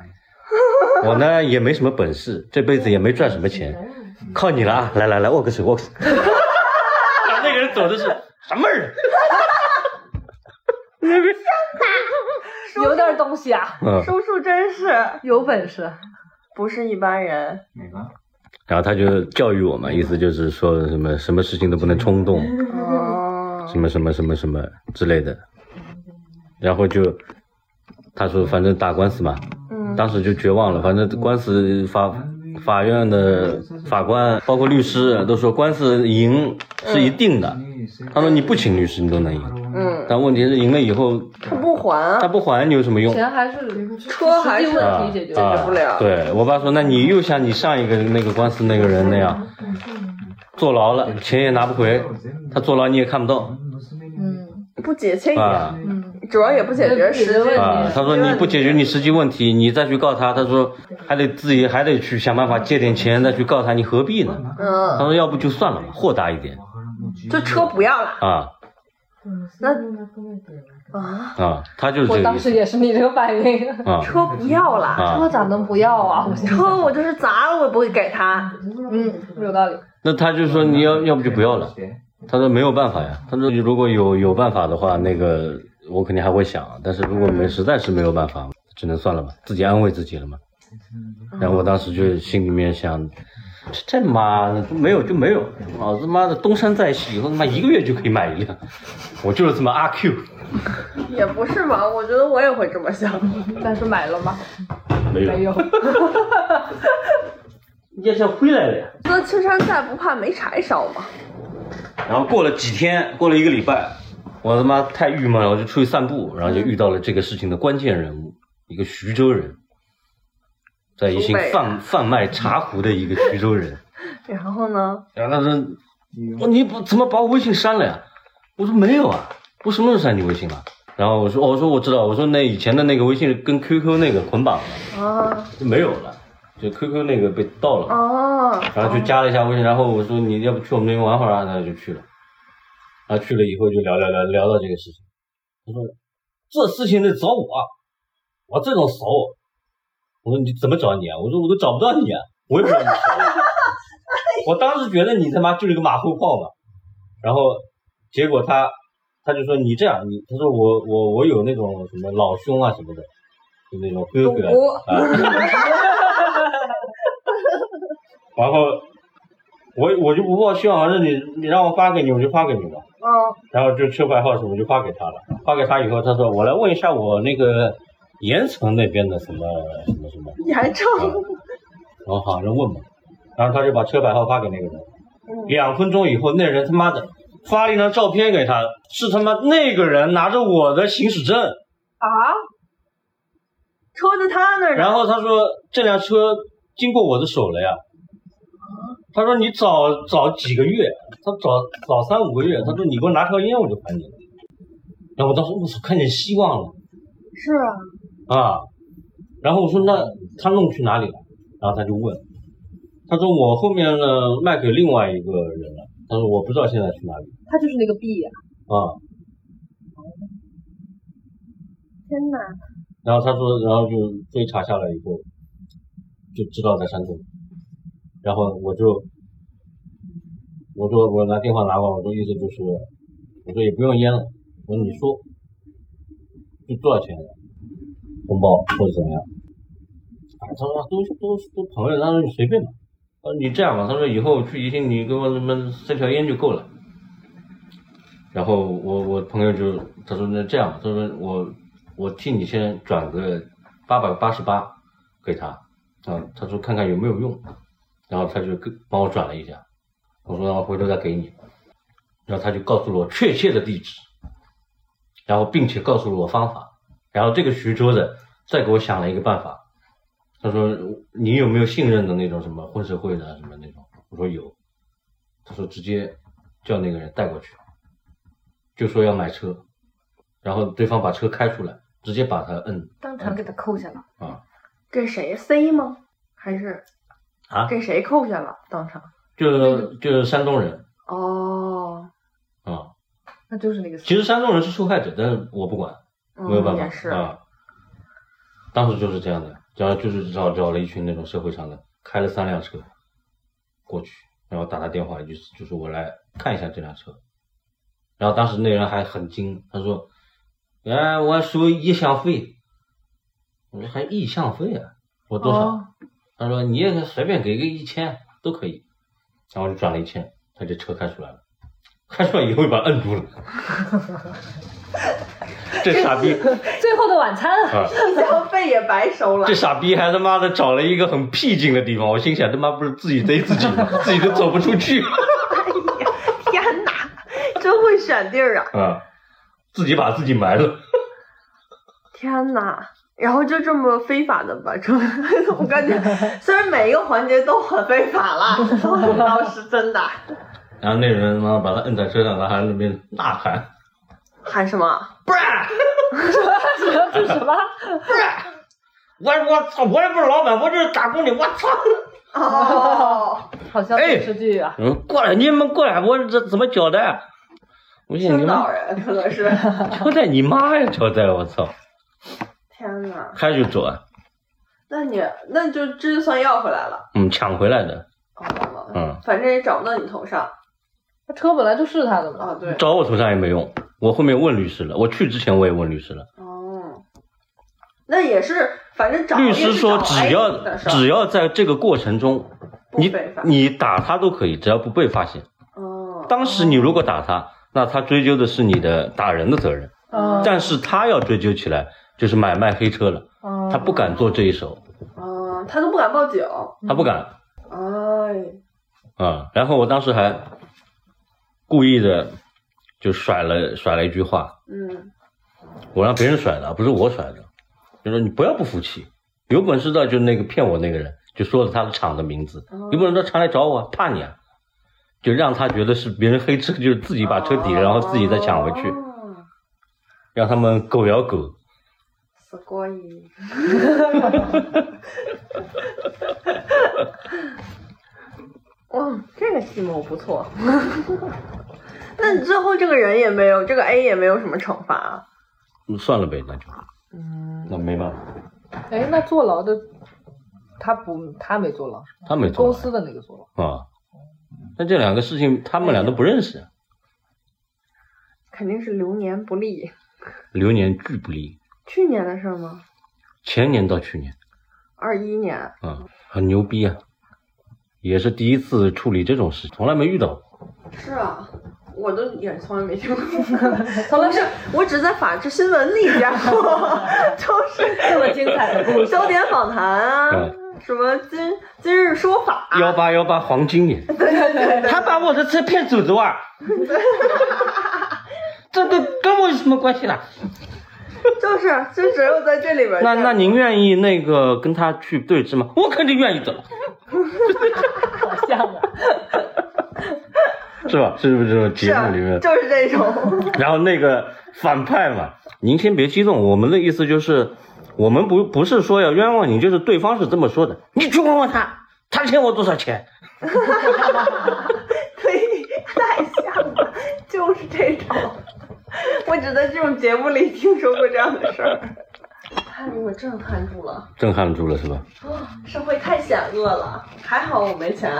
Speaker 1: 我呢也没什么本事，这辈子也没赚什么钱，靠你了啊！来来来，握个手，握个手。 然后那个人走的是什么人？
Speaker 4: 有点东西啊，
Speaker 1: 嗯，
Speaker 3: 叔叔真是
Speaker 4: 有本事。
Speaker 3: 不是一般人。
Speaker 5: 哪个？
Speaker 1: 然后他就教育我嘛，意思就是说什么什么事情都不能冲动，
Speaker 3: 哦
Speaker 1: 什，么什么什么什么之类的，然后就他说反正打官司嘛，
Speaker 3: 嗯，
Speaker 1: 当时就绝望了，反正官司法法院的法官包括律师都说官司赢是一定的，他说你不请律师你都能赢，
Speaker 3: 嗯，
Speaker 1: 但问题是赢了以后
Speaker 3: 他不还
Speaker 1: 他，不还你有什么用？
Speaker 4: 钱还是
Speaker 3: 车还是
Speaker 4: 实际问题解决
Speaker 1: 啊
Speaker 4: 了
Speaker 3: 决不了
Speaker 1: 对我爸说，那你又像你上一个那个官司那个人那样坐牢了，钱也拿不回，他坐牢你也看不到
Speaker 4: 嗯
Speaker 3: 不解气呀，
Speaker 1: 啊。
Speaker 4: 嗯，
Speaker 3: 主要也不解决实际问题。
Speaker 1: 啊，他说你不解决你实际问题，你再去告他，他说还得自己还得去想办法借点钱再去告他，你何必呢？他
Speaker 3: 嗯，
Speaker 1: 说要不就算了吧，豁达一点
Speaker 3: 就车不要了
Speaker 1: 啊
Speaker 3: 那啊，
Speaker 1: 啊，他就是
Speaker 4: 我
Speaker 1: 这个
Speaker 4: 当
Speaker 1: 意
Speaker 4: 时
Speaker 1: 思
Speaker 4: 也是你这个反应，
Speaker 1: 啊
Speaker 3: 车不要了，
Speaker 1: 啊
Speaker 4: 我。咋能不要啊？我想，
Speaker 3: 车我就是砸了我也不会给他。
Speaker 4: 嗯，有道理。
Speaker 1: 那他就说你要要不就不要了，他说没有办法呀，他说如果有有办法的话，那个我肯定还会想，但是如果没实在是没有办法，只能算了吧，自己安慰自己了嘛。然后我当时就心里面想，这这妈的没有就没有，老子妈的东山再起，以后他妈一个月就可以买一辆，我就是这么阿 Q，
Speaker 3: 也不是嘛，我觉得我也会这么想。
Speaker 4: 但是买了吗？
Speaker 1: 没有，
Speaker 4: 没有。
Speaker 1: 叶像回来了呀。
Speaker 3: 那青山在不怕没柴烧嘛。
Speaker 1: 然后过了几天，过了一个礼拜，我他妈太郁闷了，我就出去散步，然后就遇到了这个事情的关键人物，一个徐州人，在一
Speaker 3: 湖
Speaker 1: 姓
Speaker 3: 北人
Speaker 1: 贩贩卖茶壶的一个徐州人。
Speaker 3: 然后呢？
Speaker 1: 然后他说：“我你不怎么把我微信删了呀？”我说：“没有啊，我什么时候删你微信了？”然后我说：“哦我说我知道，我说那以前的那个微信是跟 QQ 那个捆绑了，
Speaker 3: 啊
Speaker 1: 就没有了，就 QQ 那个被盗了。”
Speaker 3: 啊，
Speaker 1: 然后就加了一下微信，然后我说你要不去我们那边玩会儿啊，他就去了。然后去了以后就聊聊聊聊到这个事情，他说这事情得找我，我这种熟。我说你怎么找你啊？我说我都找不到你啊，我也不知道你是谁。我当时觉得你他妈就是个马后炮嘛。然后结果他他就说你这样，你他说我我我有那种什么老兄啊什么的，就那种哥哥
Speaker 3: 赌博
Speaker 1: 啊。然后我我就不抱希望，反正你你让我发给你，我就发给你吧。
Speaker 3: 哦，
Speaker 1: 然后就车牌号什么就发给他了，发给他以后，他说我来问一下我那个盐城那边的什么什么什么，
Speaker 3: 你还唱？
Speaker 1: 然后好像问吧，然后他就把车牌号发给那个人，两分钟以后，那人他妈的发了一张照片给他，是他妈那个人拿着我的行驶证，
Speaker 3: 啊？车在他那 儿呢。
Speaker 1: 然后他说这辆车经过我的手了呀。他说你早早几个月，他早早三五个月，他说你给我拿条烟我就还你了。然后我当时我操看见希望了
Speaker 3: 是啊，
Speaker 1: 啊，然后我说那他弄去哪里了？然后他就问，他说我后面呢卖给另外一个人了。但是我不知道现在去哪里
Speaker 4: 他就是那个 B 呀、
Speaker 1: 啊。
Speaker 3: 天哪！
Speaker 1: 然后他说，然后就追查下来以后，就知道在山东。然后我就，我说我拿电话拿过来，我说意思就是，我说也不用烟了，我说你说，就多少钱，红包或者怎么样？啊，他说都都都朋友，他说你随便吧。他说哦你这样吧，他说以后去宜兴你给我他妈塞条烟就够了。然后我我朋友就他说那这样，他说我我替你先转个八百八十八给他，啊，他说看看有没有用，然后他就跟帮我转了一下，我说我回头再给你，然后他就告诉了我确切的地址，然后并且告诉了我方法，然后这个徐州的再给我想了一个办法，他说你有没有信任的那种什么混社会的啊什么那种，我说有，他说直接叫那个人带过去。就说要买车，然后对方把车开出来，直接把他摁
Speaker 4: 当场给他扣下了。
Speaker 1: 啊
Speaker 3: 给谁 C 吗？还是
Speaker 1: 啊，
Speaker 3: 给谁扣下了？当场
Speaker 1: 就是就是山东人
Speaker 3: 哦，
Speaker 1: 啊，
Speaker 4: 那就是那个 C。
Speaker 1: 其实山东人是受害者，但是我不管，
Speaker 3: 嗯
Speaker 1: 没有办法、
Speaker 3: 也是，
Speaker 1: 啊。当时就是这样的，然后就是找找了一群那种社会上的，开了三辆车过去，然后打他电话，就是就是我来看一下这辆车，然后当时那人还很惊，他说：“哎，我收意向费。”我说：“还意向费啊？我多少？”
Speaker 4: 哦
Speaker 1: 他说：“你也随便给个一千都可以。”然后就转了一千，他这车开出来了，开出来以后就把他摁住了，这傻 逼。
Speaker 4: 最后的晚餐，
Speaker 1: 啊！
Speaker 3: 消费也白收了
Speaker 1: 这。傻逼还他妈的找了一个很僻静的地方，我心想他妈不是自己逮自己吗？自己都走不出去
Speaker 3: 天哪，真会选地儿啊！
Speaker 1: 啊！自己把自己埋了，
Speaker 3: 天哪！然后就这么非法的把车， 我 感觉虽然每一个环节都很非法了，我倒是真的。
Speaker 1: 然后那人他妈把他摁在车上，然后还在那边呐喊，
Speaker 3: 喊什么？
Speaker 1: 不是，
Speaker 4: 这是什么？
Speaker 1: 我我操，我也不是老板，我这是打工的，我操！
Speaker 3: 哦，
Speaker 4: 好像电视剧啊。
Speaker 1: 嗯，过来，你们过来，我这怎么交代？啊我想你
Speaker 3: 青岛
Speaker 1: 们
Speaker 3: 人可能是。
Speaker 1: 交代你妈呀，交代我操，
Speaker 3: 天哪！
Speaker 1: 开就走啊，
Speaker 3: 那你那就这就算要回来了。
Speaker 1: 嗯，抢回来的，
Speaker 3: 哦，
Speaker 1: 嗯，
Speaker 3: 反正也找不到你头上。
Speaker 4: 那车本来就是他的嘛。
Speaker 3: 哦，对。
Speaker 1: 找我头上也没用，我后面问律师了，我去之前我也问律师了。
Speaker 3: 哦，那也是，反正找
Speaker 1: 律师说，只要只
Speaker 3: 要
Speaker 1: 要在这个过程中，你
Speaker 3: 被罚。
Speaker 1: 你打他都可以，只要不被发现。
Speaker 3: 哦，
Speaker 1: 当时你如果打他，那他追究的是你的打人的责任，
Speaker 4: 嗯。
Speaker 1: 但是他要追究起来就是买卖黑车了，
Speaker 4: 嗯
Speaker 1: 他不。敢做这一手，
Speaker 3: 哦，他都不敢报警。
Speaker 1: 他不敢
Speaker 3: 哎，
Speaker 1: 啊、然后我当时还故意的就甩了甩了一句话，
Speaker 3: 嗯，
Speaker 1: 我让别人甩的，不是我甩的。就说你不要不服气，有本事的就那个骗我那个人，就说了他的厂的名字，
Speaker 3: 哦
Speaker 1: 有本事到厂来找我，怕你啊，就让他觉得是别人黑车，就是自己把车抵了，然后自己再抢回去，
Speaker 3: 哦
Speaker 1: 让他们狗咬狗。
Speaker 3: すごい。哇，这个题目不错。 那最后这个人也没有，这个 A 也没有什么惩罚啊。
Speaker 1: 嗯算了呗，那就
Speaker 3: 嗯，
Speaker 1: 那没办法，
Speaker 4: 哎，那坐牢的，他不，他没坐牢，
Speaker 1: 他没做
Speaker 4: 公
Speaker 1: 完
Speaker 4: 司的那个坐牢。
Speaker 1: 啊。但这两个事情他们俩都不认识，
Speaker 3: 肯定是流年不利。
Speaker 1: 流年俱不利，
Speaker 3: 去年的事儿吗？
Speaker 1: 前年到去年
Speaker 3: 二一年。
Speaker 1: 啊，很牛逼啊，也是第一次处理这种事，从来没遇到过。
Speaker 3: 是啊，我都也从来没听过。
Speaker 4: 从来
Speaker 3: 不是， 我只在法制新闻里见过， 就是
Speaker 4: 这么精彩的故事，
Speaker 3: 焦点访谈
Speaker 1: 嗯
Speaker 3: 啊，什么今今日说法。啊
Speaker 1: 幺八幺八黄金眼，他把我的车骗走的 哇！这个跟我有什么关系啦？
Speaker 3: 就是，就只有在这里边。
Speaker 1: 那那您愿意那个跟他去对峙吗？我肯定愿意的，
Speaker 4: 好像啊。
Speaker 1: 是吧？是不是这种
Speaker 3: 是
Speaker 1: 节
Speaker 3: 啊
Speaker 1: 目里面？
Speaker 3: 就是这种。
Speaker 1: 然后那个反派嘛，您先别激动，我们的意思就是，我们不不是说要冤枉你，就是对方是这么说的，你去问问他，他欠我多少钱？
Speaker 3: 对，太像了，就是这种。我只在这种节目里听说过这样的事儿，太令我震撼住了。啊
Speaker 1: 震撼住了是吧？
Speaker 3: 社会太险恶了，还好我没钱。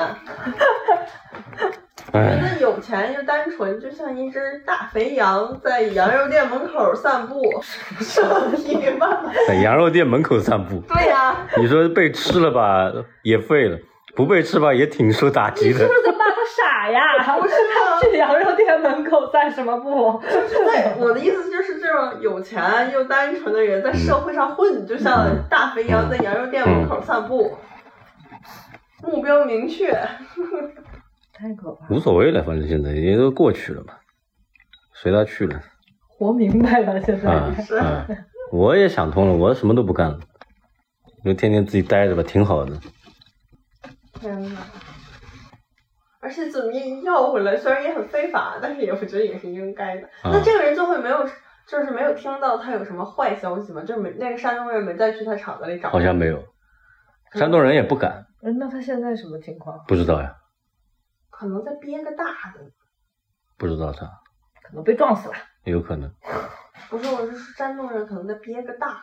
Speaker 3: 觉
Speaker 1: 哎，
Speaker 3: 得有钱就单纯，就像一只大肥羊在羊肉店门口散步， 上屁吧？
Speaker 1: 在羊肉店门口散步，
Speaker 3: 对呀、
Speaker 1: 你说被吃了吧也废了，不被吃吧也挺受打击
Speaker 4: 你是
Speaker 1: 的
Speaker 4: 不。是骂他傻呀？
Speaker 3: 不是啊，
Speaker 4: 去羊肉店门口散什么步？
Speaker 3: 对，我的意思就是这种有钱又单纯的
Speaker 1: 嗯
Speaker 3: 人在社会上混，就像大肥羊在羊肉店门
Speaker 1: 嗯
Speaker 3: 口散步，目标明确。
Speaker 4: 太可怕了！
Speaker 1: 无所谓了，反正现在也都过去了嘛，随他去了
Speaker 4: 活明白了，现在、
Speaker 1: 啊啊！我也想通了，我什么都不干了，就天天自己待着吧，挺好的。
Speaker 3: 天呐，而且怎么也要回来，虽然也很非法，但是也我觉得也是应该的。
Speaker 1: 啊
Speaker 3: 那这个人最后没有，就是没有听到他有什么坏消息吗？就是没那个山东人没再去他厂子里找。
Speaker 1: 好像没有，山东人也不敢，
Speaker 4: 嗯那他现在什么情况？
Speaker 1: 不知道呀，
Speaker 3: 可能在憋个大的。
Speaker 1: 不
Speaker 3: 不
Speaker 1: 知道他
Speaker 4: 可能被撞死了。
Speaker 1: 有可能。
Speaker 3: 是，我是说山东人可能在憋个大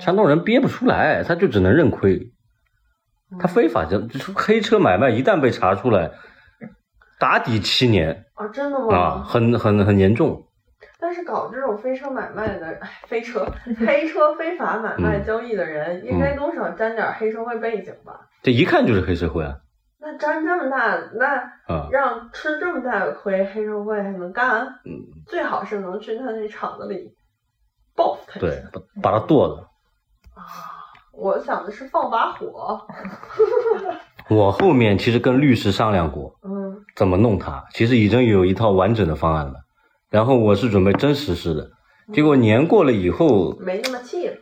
Speaker 1: 山东人憋不出来，他就只能认亏。
Speaker 3: 的。
Speaker 1: 他非法就就是黑车买卖，一旦被查出来，打底七年
Speaker 3: 啊，真的吗？
Speaker 1: 啊，很很很严重。
Speaker 3: 但是搞这种飞车买卖的，哎，飞车、 黑车非法买卖
Speaker 1: 嗯
Speaker 3: 交易的人，应该多少沾点黑社会背景吧？
Speaker 1: 这一看就是黑社会啊
Speaker 3: 那沾这么大，那
Speaker 1: 啊！
Speaker 3: 让吃这么大的亏，黑社会还能干？啊
Speaker 1: 嗯
Speaker 3: 最好是能去他那厂子里报复他一
Speaker 1: 对
Speaker 3: 下。，
Speaker 1: 把把他剁了。
Speaker 3: 我想的是放把火，
Speaker 1: 我后面其实跟律师商量过，
Speaker 3: 嗯，
Speaker 1: 怎么弄他，其实已经有一套完整的方案了。然后我是准备真实施的，结果年过了以后，
Speaker 3: 没那么气了，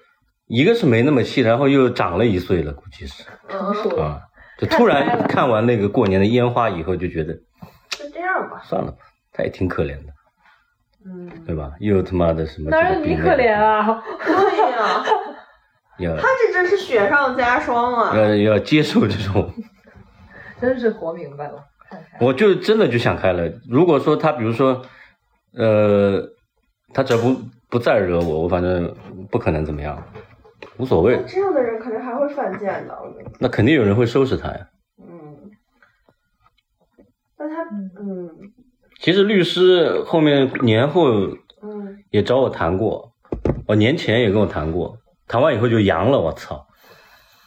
Speaker 1: 一个是没那么气，然后又长了一岁了，估计是
Speaker 4: 成
Speaker 3: 嗯，
Speaker 4: 熟了
Speaker 1: 啊，就突
Speaker 4: 看开
Speaker 1: 然
Speaker 4: 了
Speaker 1: 看完那个过年的烟花以后，就觉得
Speaker 3: 就这样吧，
Speaker 1: 算了吧，他也挺可怜的，
Speaker 3: 嗯，
Speaker 1: 对吧？又他妈的什么？
Speaker 4: 哪有你可怜？啊？
Speaker 3: 对呀，
Speaker 1: 要
Speaker 3: 他这真是雪上加霜啊！
Speaker 1: 要要接受这种，
Speaker 4: 真是活明白了。看看
Speaker 1: 我就真的就想开了。如果说他，比如说，呃，他只要不不再惹我，我反正不可能怎么样，无所谓
Speaker 3: 那。这样的人肯定还会犯贱的，我觉得。
Speaker 1: 那肯定有人会收拾他呀。
Speaker 3: 嗯，那他嗯
Speaker 1: 其实律师后面年后
Speaker 3: 嗯，
Speaker 1: 也找我谈过，我年前也跟我谈过，谈完以后就阳了，我操！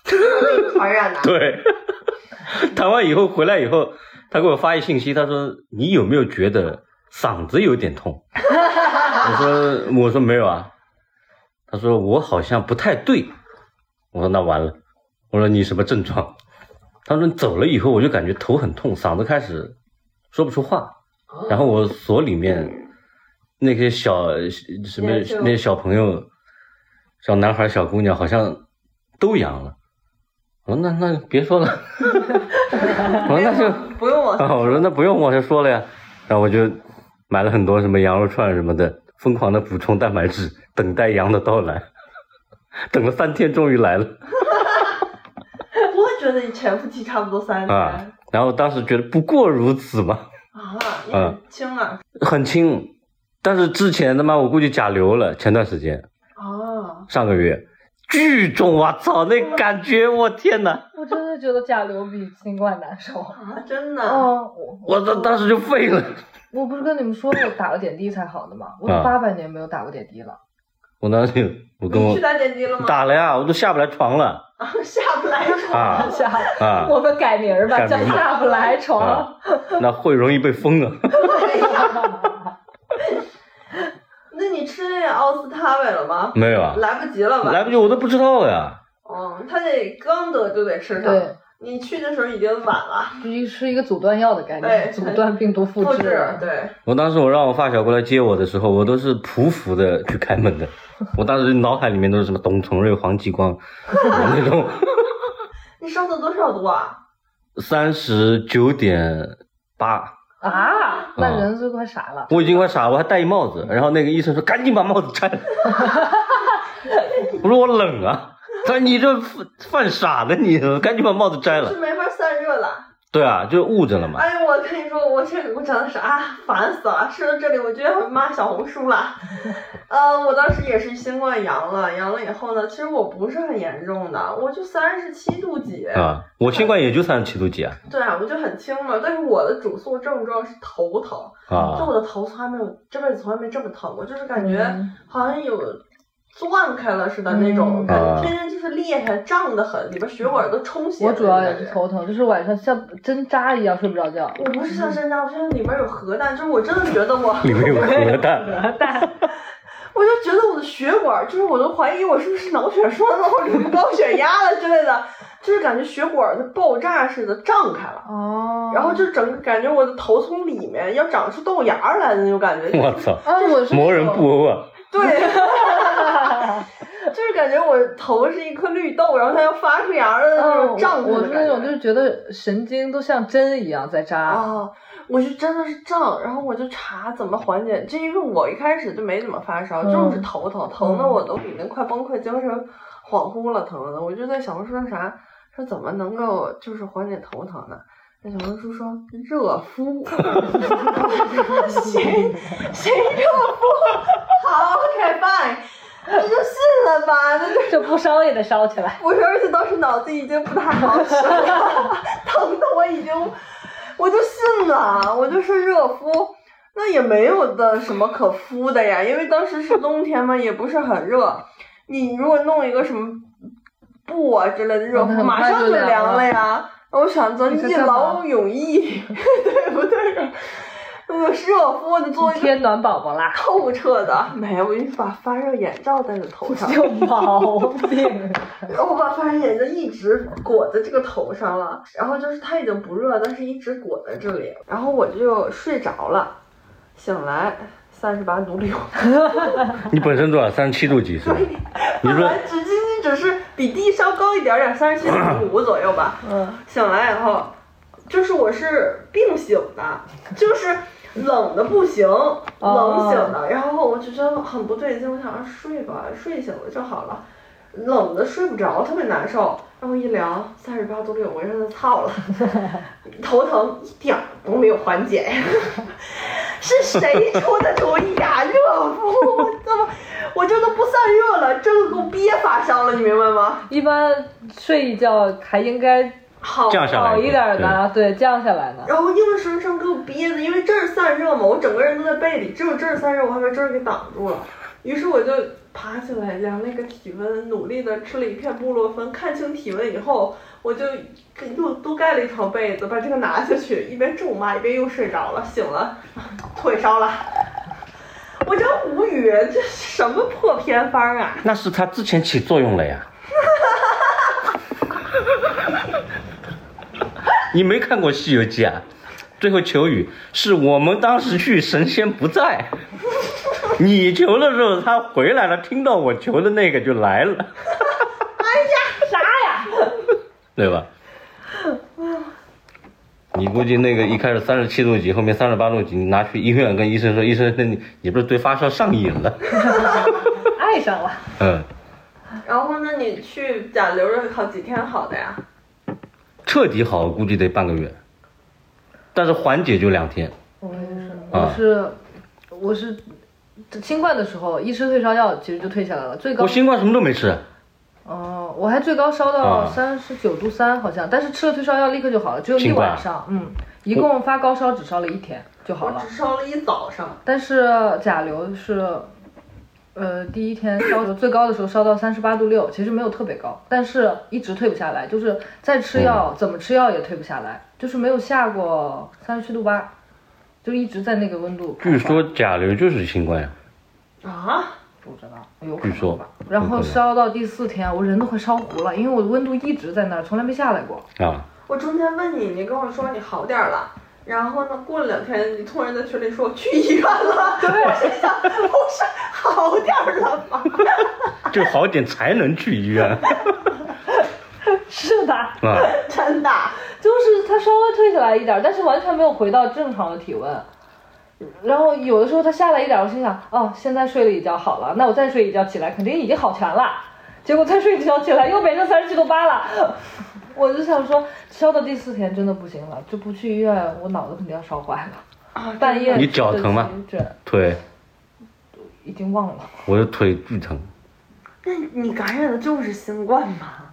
Speaker 3: 被传 染的，
Speaker 1: 对，谈完以后回来以后，他给我发一信息，他说你有没有觉得嗓子有点痛？我说我说没有啊，他说我好像不太对，我说那完了，我说你什么症状？他说你走了以后我就感觉头很痛，嗓子开始说不出话，然后我所里面那些小什么
Speaker 3: 也就
Speaker 1: 那些小朋友、小男孩、小姑娘好像都阳了。我说那那别说了， 我说那就
Speaker 3: 不用我，
Speaker 1: 啊，我说那不用往下说了呀，然后我就买了很多什么羊肉串什么的，疯狂的补充蛋白质，等待羊的到来。等了三天，终于来了
Speaker 3: 我觉得你潜伏期差不多三年
Speaker 1: 啊！然后当时觉得不过如此嘛，
Speaker 3: 啊，你很轻啊
Speaker 1: 很轻。但是之前他妈我估计甲流了，前段时间
Speaker 3: 啊，
Speaker 1: 上个月巨重，我操，那感觉我天哪，
Speaker 4: 我真的觉得甲流比新冠难受。
Speaker 3: 啊真的，
Speaker 4: 哦，我
Speaker 1: 我当当时就废了。
Speaker 4: 我不是跟你们说我打了点滴才好的吗？我
Speaker 1: 啊
Speaker 4: 都八百年没有打过点滴了。
Speaker 1: 我当时就我跟
Speaker 3: 你
Speaker 1: 我
Speaker 3: 去打点滴了吗？
Speaker 1: 打了呀，我都下不来床了
Speaker 3: 下不来床，
Speaker 1: 啊
Speaker 4: 下，
Speaker 1: 啊！
Speaker 4: 我们改名儿吧，
Speaker 1: 改
Speaker 4: 叫
Speaker 1: 名吧
Speaker 4: 下不来床。
Speaker 1: 啊，那会容易被封啊。
Speaker 3: 那你吃那个奥司他韦了吗？
Speaker 1: 没有啊，
Speaker 3: 来不及了吧？
Speaker 1: 来不及，我都不知道呀。
Speaker 3: 嗯，他得刚得就得吃上，
Speaker 4: 对，
Speaker 3: 你去的时候已经晚了，
Speaker 4: 是一是一个阻断药的概
Speaker 3: 对
Speaker 4: 念， 阻断病毒复
Speaker 3: 复
Speaker 4: 制。啊
Speaker 3: 制对，
Speaker 1: 我当时我让我发小过来接我的时候，我都是匍匐的去开门的。我当时脑海里面都是什么董存瑞、黄继光那种
Speaker 3: 你烧的多少度啊？
Speaker 1: 三十九点八，
Speaker 4: 啊，
Speaker 1: 啊
Speaker 4: 那人是快傻了。
Speaker 1: 我已经快傻了，我还戴一帽子。然后那个医生说：“赶紧把帽子摘了。”我说：“我冷啊。”他说：“你这犯犯傻的你，赶紧把帽子摘
Speaker 3: 是
Speaker 1: 了。
Speaker 3: 没法散热了，”
Speaker 1: 对啊，就误诊了嘛。
Speaker 3: 哎呦，我跟你说，我这我真的是啊，烦死了！吃到这里，我觉得骂小红书 了。呃，我当时也是新冠阳了，阳了以后呢，其实我不是很严重的，我就三十七度几。
Speaker 1: 啊，我新冠也就三十七度几啊
Speaker 3: 对啊，我就很轻嘛。但是我的主诉症状是头疼，就
Speaker 1: 啊
Speaker 3: 我的头从来没有这辈子从来没这么疼过，就是感觉好像有钻开了似的那种
Speaker 4: 嗯
Speaker 3: 感觉，
Speaker 1: 啊
Speaker 3: 天天就是裂开、胀得很，里边血管都充血
Speaker 4: 我
Speaker 3: 的
Speaker 4: 主
Speaker 3: 那种感
Speaker 4: 要
Speaker 3: 觉。
Speaker 4: 也是头疼，就是晚上像针扎一样睡不着觉。
Speaker 3: 我不是像山楂，我现在里面有核弹，就是我真的觉得我，
Speaker 1: 里面有核弹，
Speaker 3: 我就觉得我的血管，就是我都怀疑我是不是脑血栓了，或者高血压了之类的， 就是感觉血管就爆炸似的胀开了，
Speaker 4: 哦
Speaker 3: 然后就整个感觉我的头从里面要长出豆芽来的那种感觉，
Speaker 1: 我操，
Speaker 4: 啊，我是
Speaker 1: 魔人布欧啊！
Speaker 3: 对， 就是感觉我头是一颗绿豆，然后它要发出芽儿的那
Speaker 4: 嗯，
Speaker 3: 种胀开
Speaker 4: 我我
Speaker 3: 的
Speaker 4: 是那种
Speaker 3: 感觉
Speaker 4: 就是觉哦得神经都像针一样在扎。
Speaker 3: 啊，我是真的是胀，然后我就查怎么缓解。这因为我一开始就没怎么发烧，
Speaker 4: 嗯
Speaker 3: 就是头疼，疼的
Speaker 4: 嗯
Speaker 3: 我都已经快崩溃，精神恍惚了，疼的。我就在小红书上查，说怎么能够就是缓解头疼呢？那小红书说热 敷，谁谁热敷？好，OK fine，那就信了吧，那就
Speaker 4: 这不烧也得烧起来。
Speaker 3: 我说，而且当时脑子已经不太好使了，疼的我已经，我就信了，我就说热敷，那也没有的什么可敷的呀，因为当时是冬天嘛，也不是很热，你如果弄一个什么布啊之类的热
Speaker 4: 哦那
Speaker 3: 敷，
Speaker 4: 很
Speaker 3: 马
Speaker 4: 快
Speaker 3: 上
Speaker 4: 就
Speaker 3: 就
Speaker 4: 凉
Speaker 3: 凉
Speaker 4: 了
Speaker 3: 了呀。我想咱
Speaker 4: 你在
Speaker 3: 一
Speaker 4: 干嘛
Speaker 3: 劳永逸， 对不对？我热敷，我就做一个，
Speaker 4: 贴暖宝宝啦
Speaker 3: 透彻的，没有，我就把发热眼罩戴在头 上。
Speaker 4: 有毛病。
Speaker 3: 然后我把发热眼罩一直裹在这个头上了，然后就是它已经不热，但是一直裹在这里，然后我就睡着了，醒来三十八度六，
Speaker 1: 你本身多少？三十七度几是吧？你
Speaker 3: 本
Speaker 1: 说
Speaker 3: 来只仅仅只是比地稍高一点点，三十七度五左右吧。
Speaker 4: 嗯，
Speaker 3: 醒来以后，就是我是并醒的，就是冷的不行，冷醒的。然后我就觉得很不对劲，我想啊睡吧，睡醒了就好了。冷的睡不着，特别难受。然后一量三十八度六，我真的操了，头疼一点儿都没有缓解， 是谁出的主意呀、热敷，我怎么我这都不散热了，这个给我憋发烧了，你明白吗？
Speaker 4: 一般睡一觉还应该
Speaker 3: 好
Speaker 1: 降下来
Speaker 4: 好一点呢，对，降下来呢。
Speaker 3: 然后硬生生给我憋的，因为这儿散热嘛，我整个人都在被里，只有这儿散热，我还把这儿给挡住了。于是我就爬起来量了一个体温，努力的吃了一片布洛芬，看清体温以后，我就又多盖了一床被子，把这个拿下去，一边咒骂一边又睡着了，醒了， 腿烧了。我真无语，这什么破偏方啊！
Speaker 1: 那是它之前起作用了呀。 你没看过《西游记》啊？最后求雨是我们当时去，神仙不在。你求的时候他回来了，听到我求的那个就来了。哎呀，啥呀？对吧？你估计那个一开始三十七度几，后面三十八度几，你拿去医院跟医生说，医生，那你你不是对发烧上瘾了？
Speaker 4: 爱上了，
Speaker 1: 嗯。
Speaker 3: 然后那你去甲流了好几天好的呀？
Speaker 1: 彻底好估计得半个月，但是缓解就两天。
Speaker 4: 我也是，我
Speaker 1: 啊
Speaker 4: 是我是新冠的时候，一吃退烧药其实就退下来了，最高
Speaker 1: 我新冠什么都没吃，
Speaker 4: 哦，我还最高烧到
Speaker 1: 啊
Speaker 4: 三十九度三，好像，但是吃了退烧药立刻就好了，只有一
Speaker 1: 新冠
Speaker 4: 晚上，嗯，一共发高烧只烧了一天就好
Speaker 3: 我
Speaker 4: 了
Speaker 3: 只，烧了一早上。
Speaker 4: 但是甲流是，呃，第一天烧的最高的时候烧到三十八度六，其实没有特别高，但是一直退不下来，就是再吃
Speaker 1: 嗯
Speaker 4: 药、怎么吃药也退不下来，就是没有下过三十七度八，就一直在那个温度徘徊。
Speaker 1: 据说甲流就是新冠呀。
Speaker 3: 啊？
Speaker 4: 不知道，有可
Speaker 1: 据
Speaker 4: 能
Speaker 1: 说
Speaker 4: 吧。然后
Speaker 1: 有可能
Speaker 4: 烧到第四天，我人都快烧糊了，因为我的温度一直在那儿，从来没下来过。
Speaker 1: 啊，
Speaker 3: 我中间问你，你跟我说你好点儿了，然后呢，过了两天你突然在群里说我去医院了，我心想，我是好点儿了吗？
Speaker 1: 就好点才能去医院
Speaker 4: 是的，
Speaker 1: 啊。
Speaker 3: 真的，
Speaker 4: 啊就是它稍微退下来一点儿，但是完全没有回到正常的体温。然后有的时候它下来一点儿，我心想，哦，现在睡了一觉好了，那我再睡一觉起来肯定已经好全了。结果再睡一觉起来又变成三十七度八了，我就想说，烧到第四天真的不行了，就不去医院，我脑子肯定要烧坏了。
Speaker 3: 啊，
Speaker 4: 半夜
Speaker 1: 你脚疼吗？
Speaker 4: 这
Speaker 1: 腿，
Speaker 4: 已经忘了，
Speaker 1: 我的腿巨疼，
Speaker 3: 那你感染的就是新冠吧？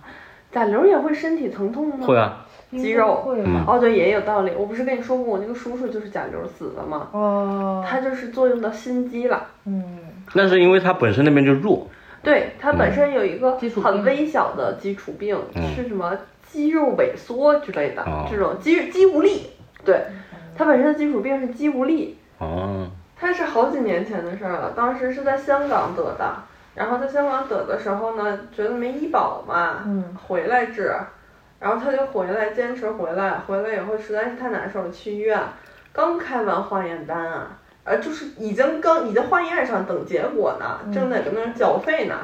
Speaker 3: 打流也会身体疼痛吗？
Speaker 1: 会。啊，
Speaker 3: 肌肉
Speaker 4: 应该会
Speaker 1: 嗯，
Speaker 4: 吧
Speaker 3: 哦，对，也有道理。我不是跟你说过，我那个叔叔就是甲流死的吗？
Speaker 4: 哦，
Speaker 3: 他就是作用到心肌了。
Speaker 4: 嗯，
Speaker 1: 那是因为它本身那边就弱，
Speaker 3: 对，他本身有一个
Speaker 4: 基础病
Speaker 3: 很微小的基础病，
Speaker 1: 嗯
Speaker 3: 是什么肌肉萎缩之类的，
Speaker 1: 哦
Speaker 3: 这种肌肌无力。对，他本身的基础病是肌无力，
Speaker 1: 哦，
Speaker 3: 他是好几年前的事儿了，当时是在香港得的。然后在香港得的时候呢，觉得没医保嘛，
Speaker 4: 嗯
Speaker 3: 回来治，然后他就回来，坚持回来，回来以后实在是太难受了，去医院，刚开完化验单啊，呃，就是已经刚已经化验上等结果呢，正在跟那儿缴费呢，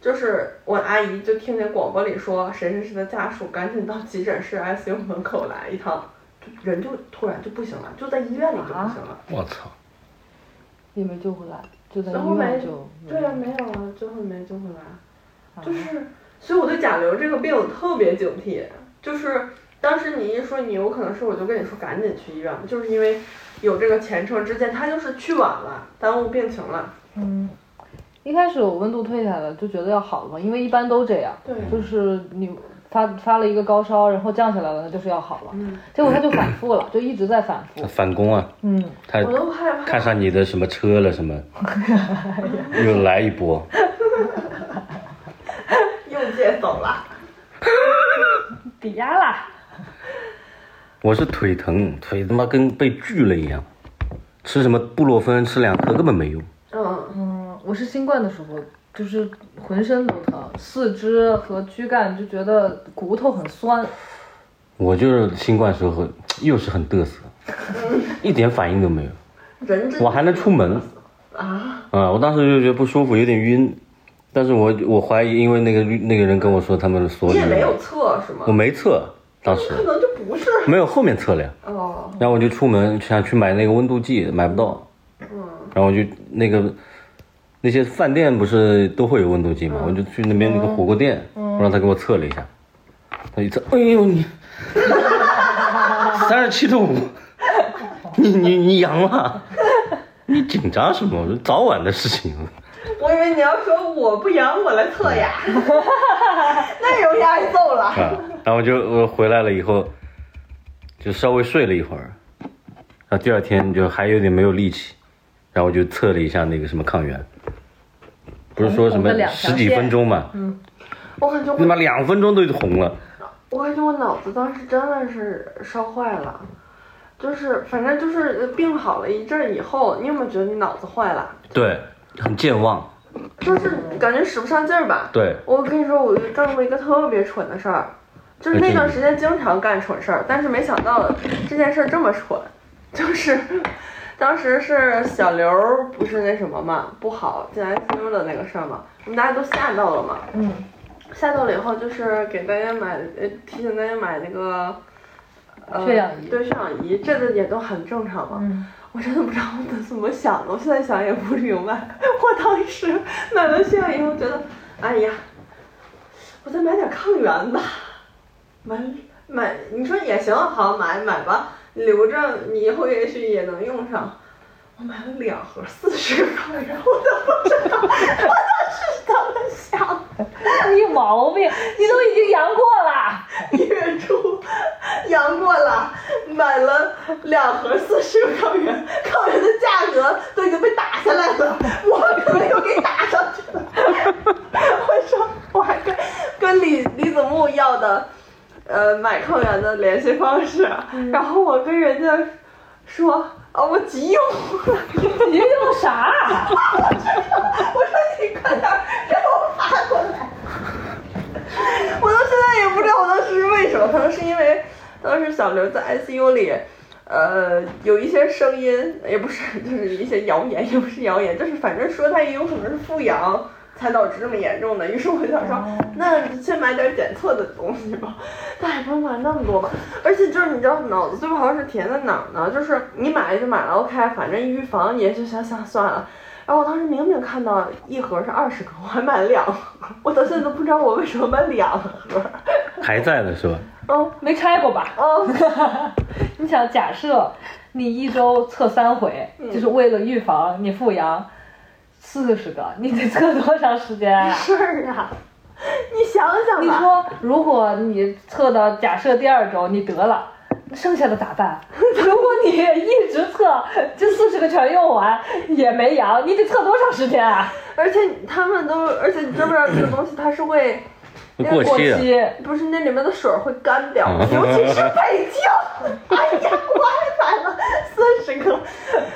Speaker 3: 就是我阿姨就听见广播里说谁谁谁的家属赶紧到急诊室 ICU 门口来一趟，人就突然就不行了，就在医院里就不行了。
Speaker 1: 我操，
Speaker 4: 也没救回来，就在
Speaker 3: 然后
Speaker 4: 医
Speaker 3: 没
Speaker 4: 院就嗯
Speaker 3: 对呀、没有啊，最后没救回来，就是，所以我对甲流这个病我特别警惕，就是当时你一说你有可能是，我就跟你说赶紧去医院吧，就是因为有这个前车之鉴，他就是去晚了，耽误病情了。
Speaker 4: 嗯，一开始我温度退下来了，就觉得要好了嘛，因为一般都这样，
Speaker 3: 对
Speaker 4: 就是你发发了一个高烧，然后降下来了，那就是要好了。
Speaker 3: 嗯，
Speaker 4: 结果它就反复了，就一直在反复
Speaker 1: 它。反攻啊，
Speaker 4: 嗯，
Speaker 1: 它
Speaker 3: 我都害怕。
Speaker 1: 看上你的什么车了什么，又来一波，
Speaker 3: 又借走了。
Speaker 4: 抵押啦。
Speaker 1: 我是腿疼，腿他妈跟被锯了一样，吃什么布洛芬吃两颗根本没用，
Speaker 3: 嗯，
Speaker 4: 嗯，我是新冠的时候，就是浑身都疼，四肢和躯干就觉得骨头很酸。
Speaker 1: 我就是新冠时候又是很 嘚瑟，一点反应都没有，
Speaker 3: 人之
Speaker 1: 我还能出门。
Speaker 3: 啊，
Speaker 1: 啊，我当时就觉得不舒服，有点晕，但是我我怀疑，因为那个那个人跟我说他们所
Speaker 3: 你
Speaker 1: 里
Speaker 3: 也没有测是
Speaker 1: 我
Speaker 3: 吗？
Speaker 1: 没测，当时
Speaker 3: 可能就不是。
Speaker 1: 没有后面测了呀，
Speaker 3: 哦，
Speaker 1: 然后我就出门想去买那个温度计，买不到，然后我就那个那些饭店不是都会有温度计嘛，我就去那边那个火锅店，我让他给我测了一下，他一测，哎呦你三十七度五，你你你阳了，你紧张什么？我说早晚的事情。
Speaker 3: 我以为你要说我不阳，我来 测呀，那容易挨揍了。
Speaker 1: 啊，然后就我回来了以后，就稍微睡了一会儿，然后第二天就还有点没有力气，然后我就测了一下那个什么抗原，不是说什么
Speaker 4: 红的两条嗯
Speaker 1: 十几分钟嘛，
Speaker 3: 我感觉我
Speaker 1: 他妈两分钟都红了，
Speaker 3: 我感觉我脑子当时真的是烧坏了，就是反正就是病好了一阵儿以后，你有没有觉得你脑子坏了？
Speaker 1: 对，很健忘，
Speaker 3: 就是感觉使不上劲儿吧？
Speaker 1: 对，
Speaker 3: 我跟你说，我就干过一个特别蠢的事儿，就是那段时间经常干蠢事儿，但是没想到这件事儿这么蠢，就是 当时是小刘儿不是那什么嘛，不好进 ICU 的那个事儿嘛，我们大家都吓到了嘛，
Speaker 4: 嗯，
Speaker 3: 吓到了以后就是给大家买，呃，提醒大家买那个。呃
Speaker 4: 血氧仪
Speaker 3: 对血氧仪，这个也都很正常嘛。
Speaker 4: 嗯，
Speaker 3: 我真的不知道我怎么想的，我现在想也不明白。 我当时买完血氧以后觉得，哎呀，我再买点抗原吧，买买，你说也行，好买买吧，留着你以后也许也能用上。我买了两盒四十抗原，我都不知道， 我当时怎么想的。
Speaker 4: 你有毛病，你都已经阳过了。
Speaker 3: 月初阳过了，买了两盒四十抗原，抗原的价格都已经被打下来了， 我可能又给打上去了。我说我还跟跟李李子木要的，呃，买抗原的联系方式，啊然后我跟人家说啊，我急用了，
Speaker 4: 你用啥？
Speaker 3: 我说你快点儿给我发过来。我到现在也不知道我当时是为什么，可能是因为当时小刘在 ICU 里，呃，有一些声音，也不是，就是一些谣言，也不是谣言，就是反正说他也有可能是复阳才导致这么严重的。于是我想说，那先买点检测的东西吧，但也不用买那么多吧。而且就是你知道，脑子最不好使甜在哪儿呢？就是你买了就买了，OK，反正预防也就想想算了。然后我当时明明看到一盒是二十个，我还买了两盒，我到现在都不知道我为什么买两盒。
Speaker 1: 还在呢是吧？
Speaker 3: 嗯
Speaker 4: 没拆过吧？
Speaker 3: 嗯，
Speaker 4: 你想，假设你一周测三回，
Speaker 3: 嗯
Speaker 4: 就是为了预防你复阳，四十个，你得测多长时间 啊？
Speaker 3: 是啊，你想想
Speaker 4: 你
Speaker 3: 吧，
Speaker 4: 说，如果你测到假设第二周你得了，那剩下的咋办？ 如果你一直测，这四十个全用完也没阳，你得测多长时间啊？
Speaker 3: 而且他们都，而且你知不知道这个东西它是会，
Speaker 1: 会过
Speaker 4: 过
Speaker 1: 期的。
Speaker 4: 期。
Speaker 3: 不是那里面的水儿会干掉，尤其是北京，哎呀，我还买了四十个，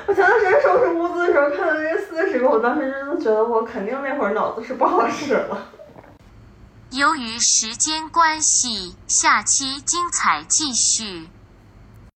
Speaker 3: 我前段时间收拾屋子的时候看到这四十个，我当时真的觉得我肯定那会儿脑子是不好使了。
Speaker 6: 由于时间关系，下期精彩继续。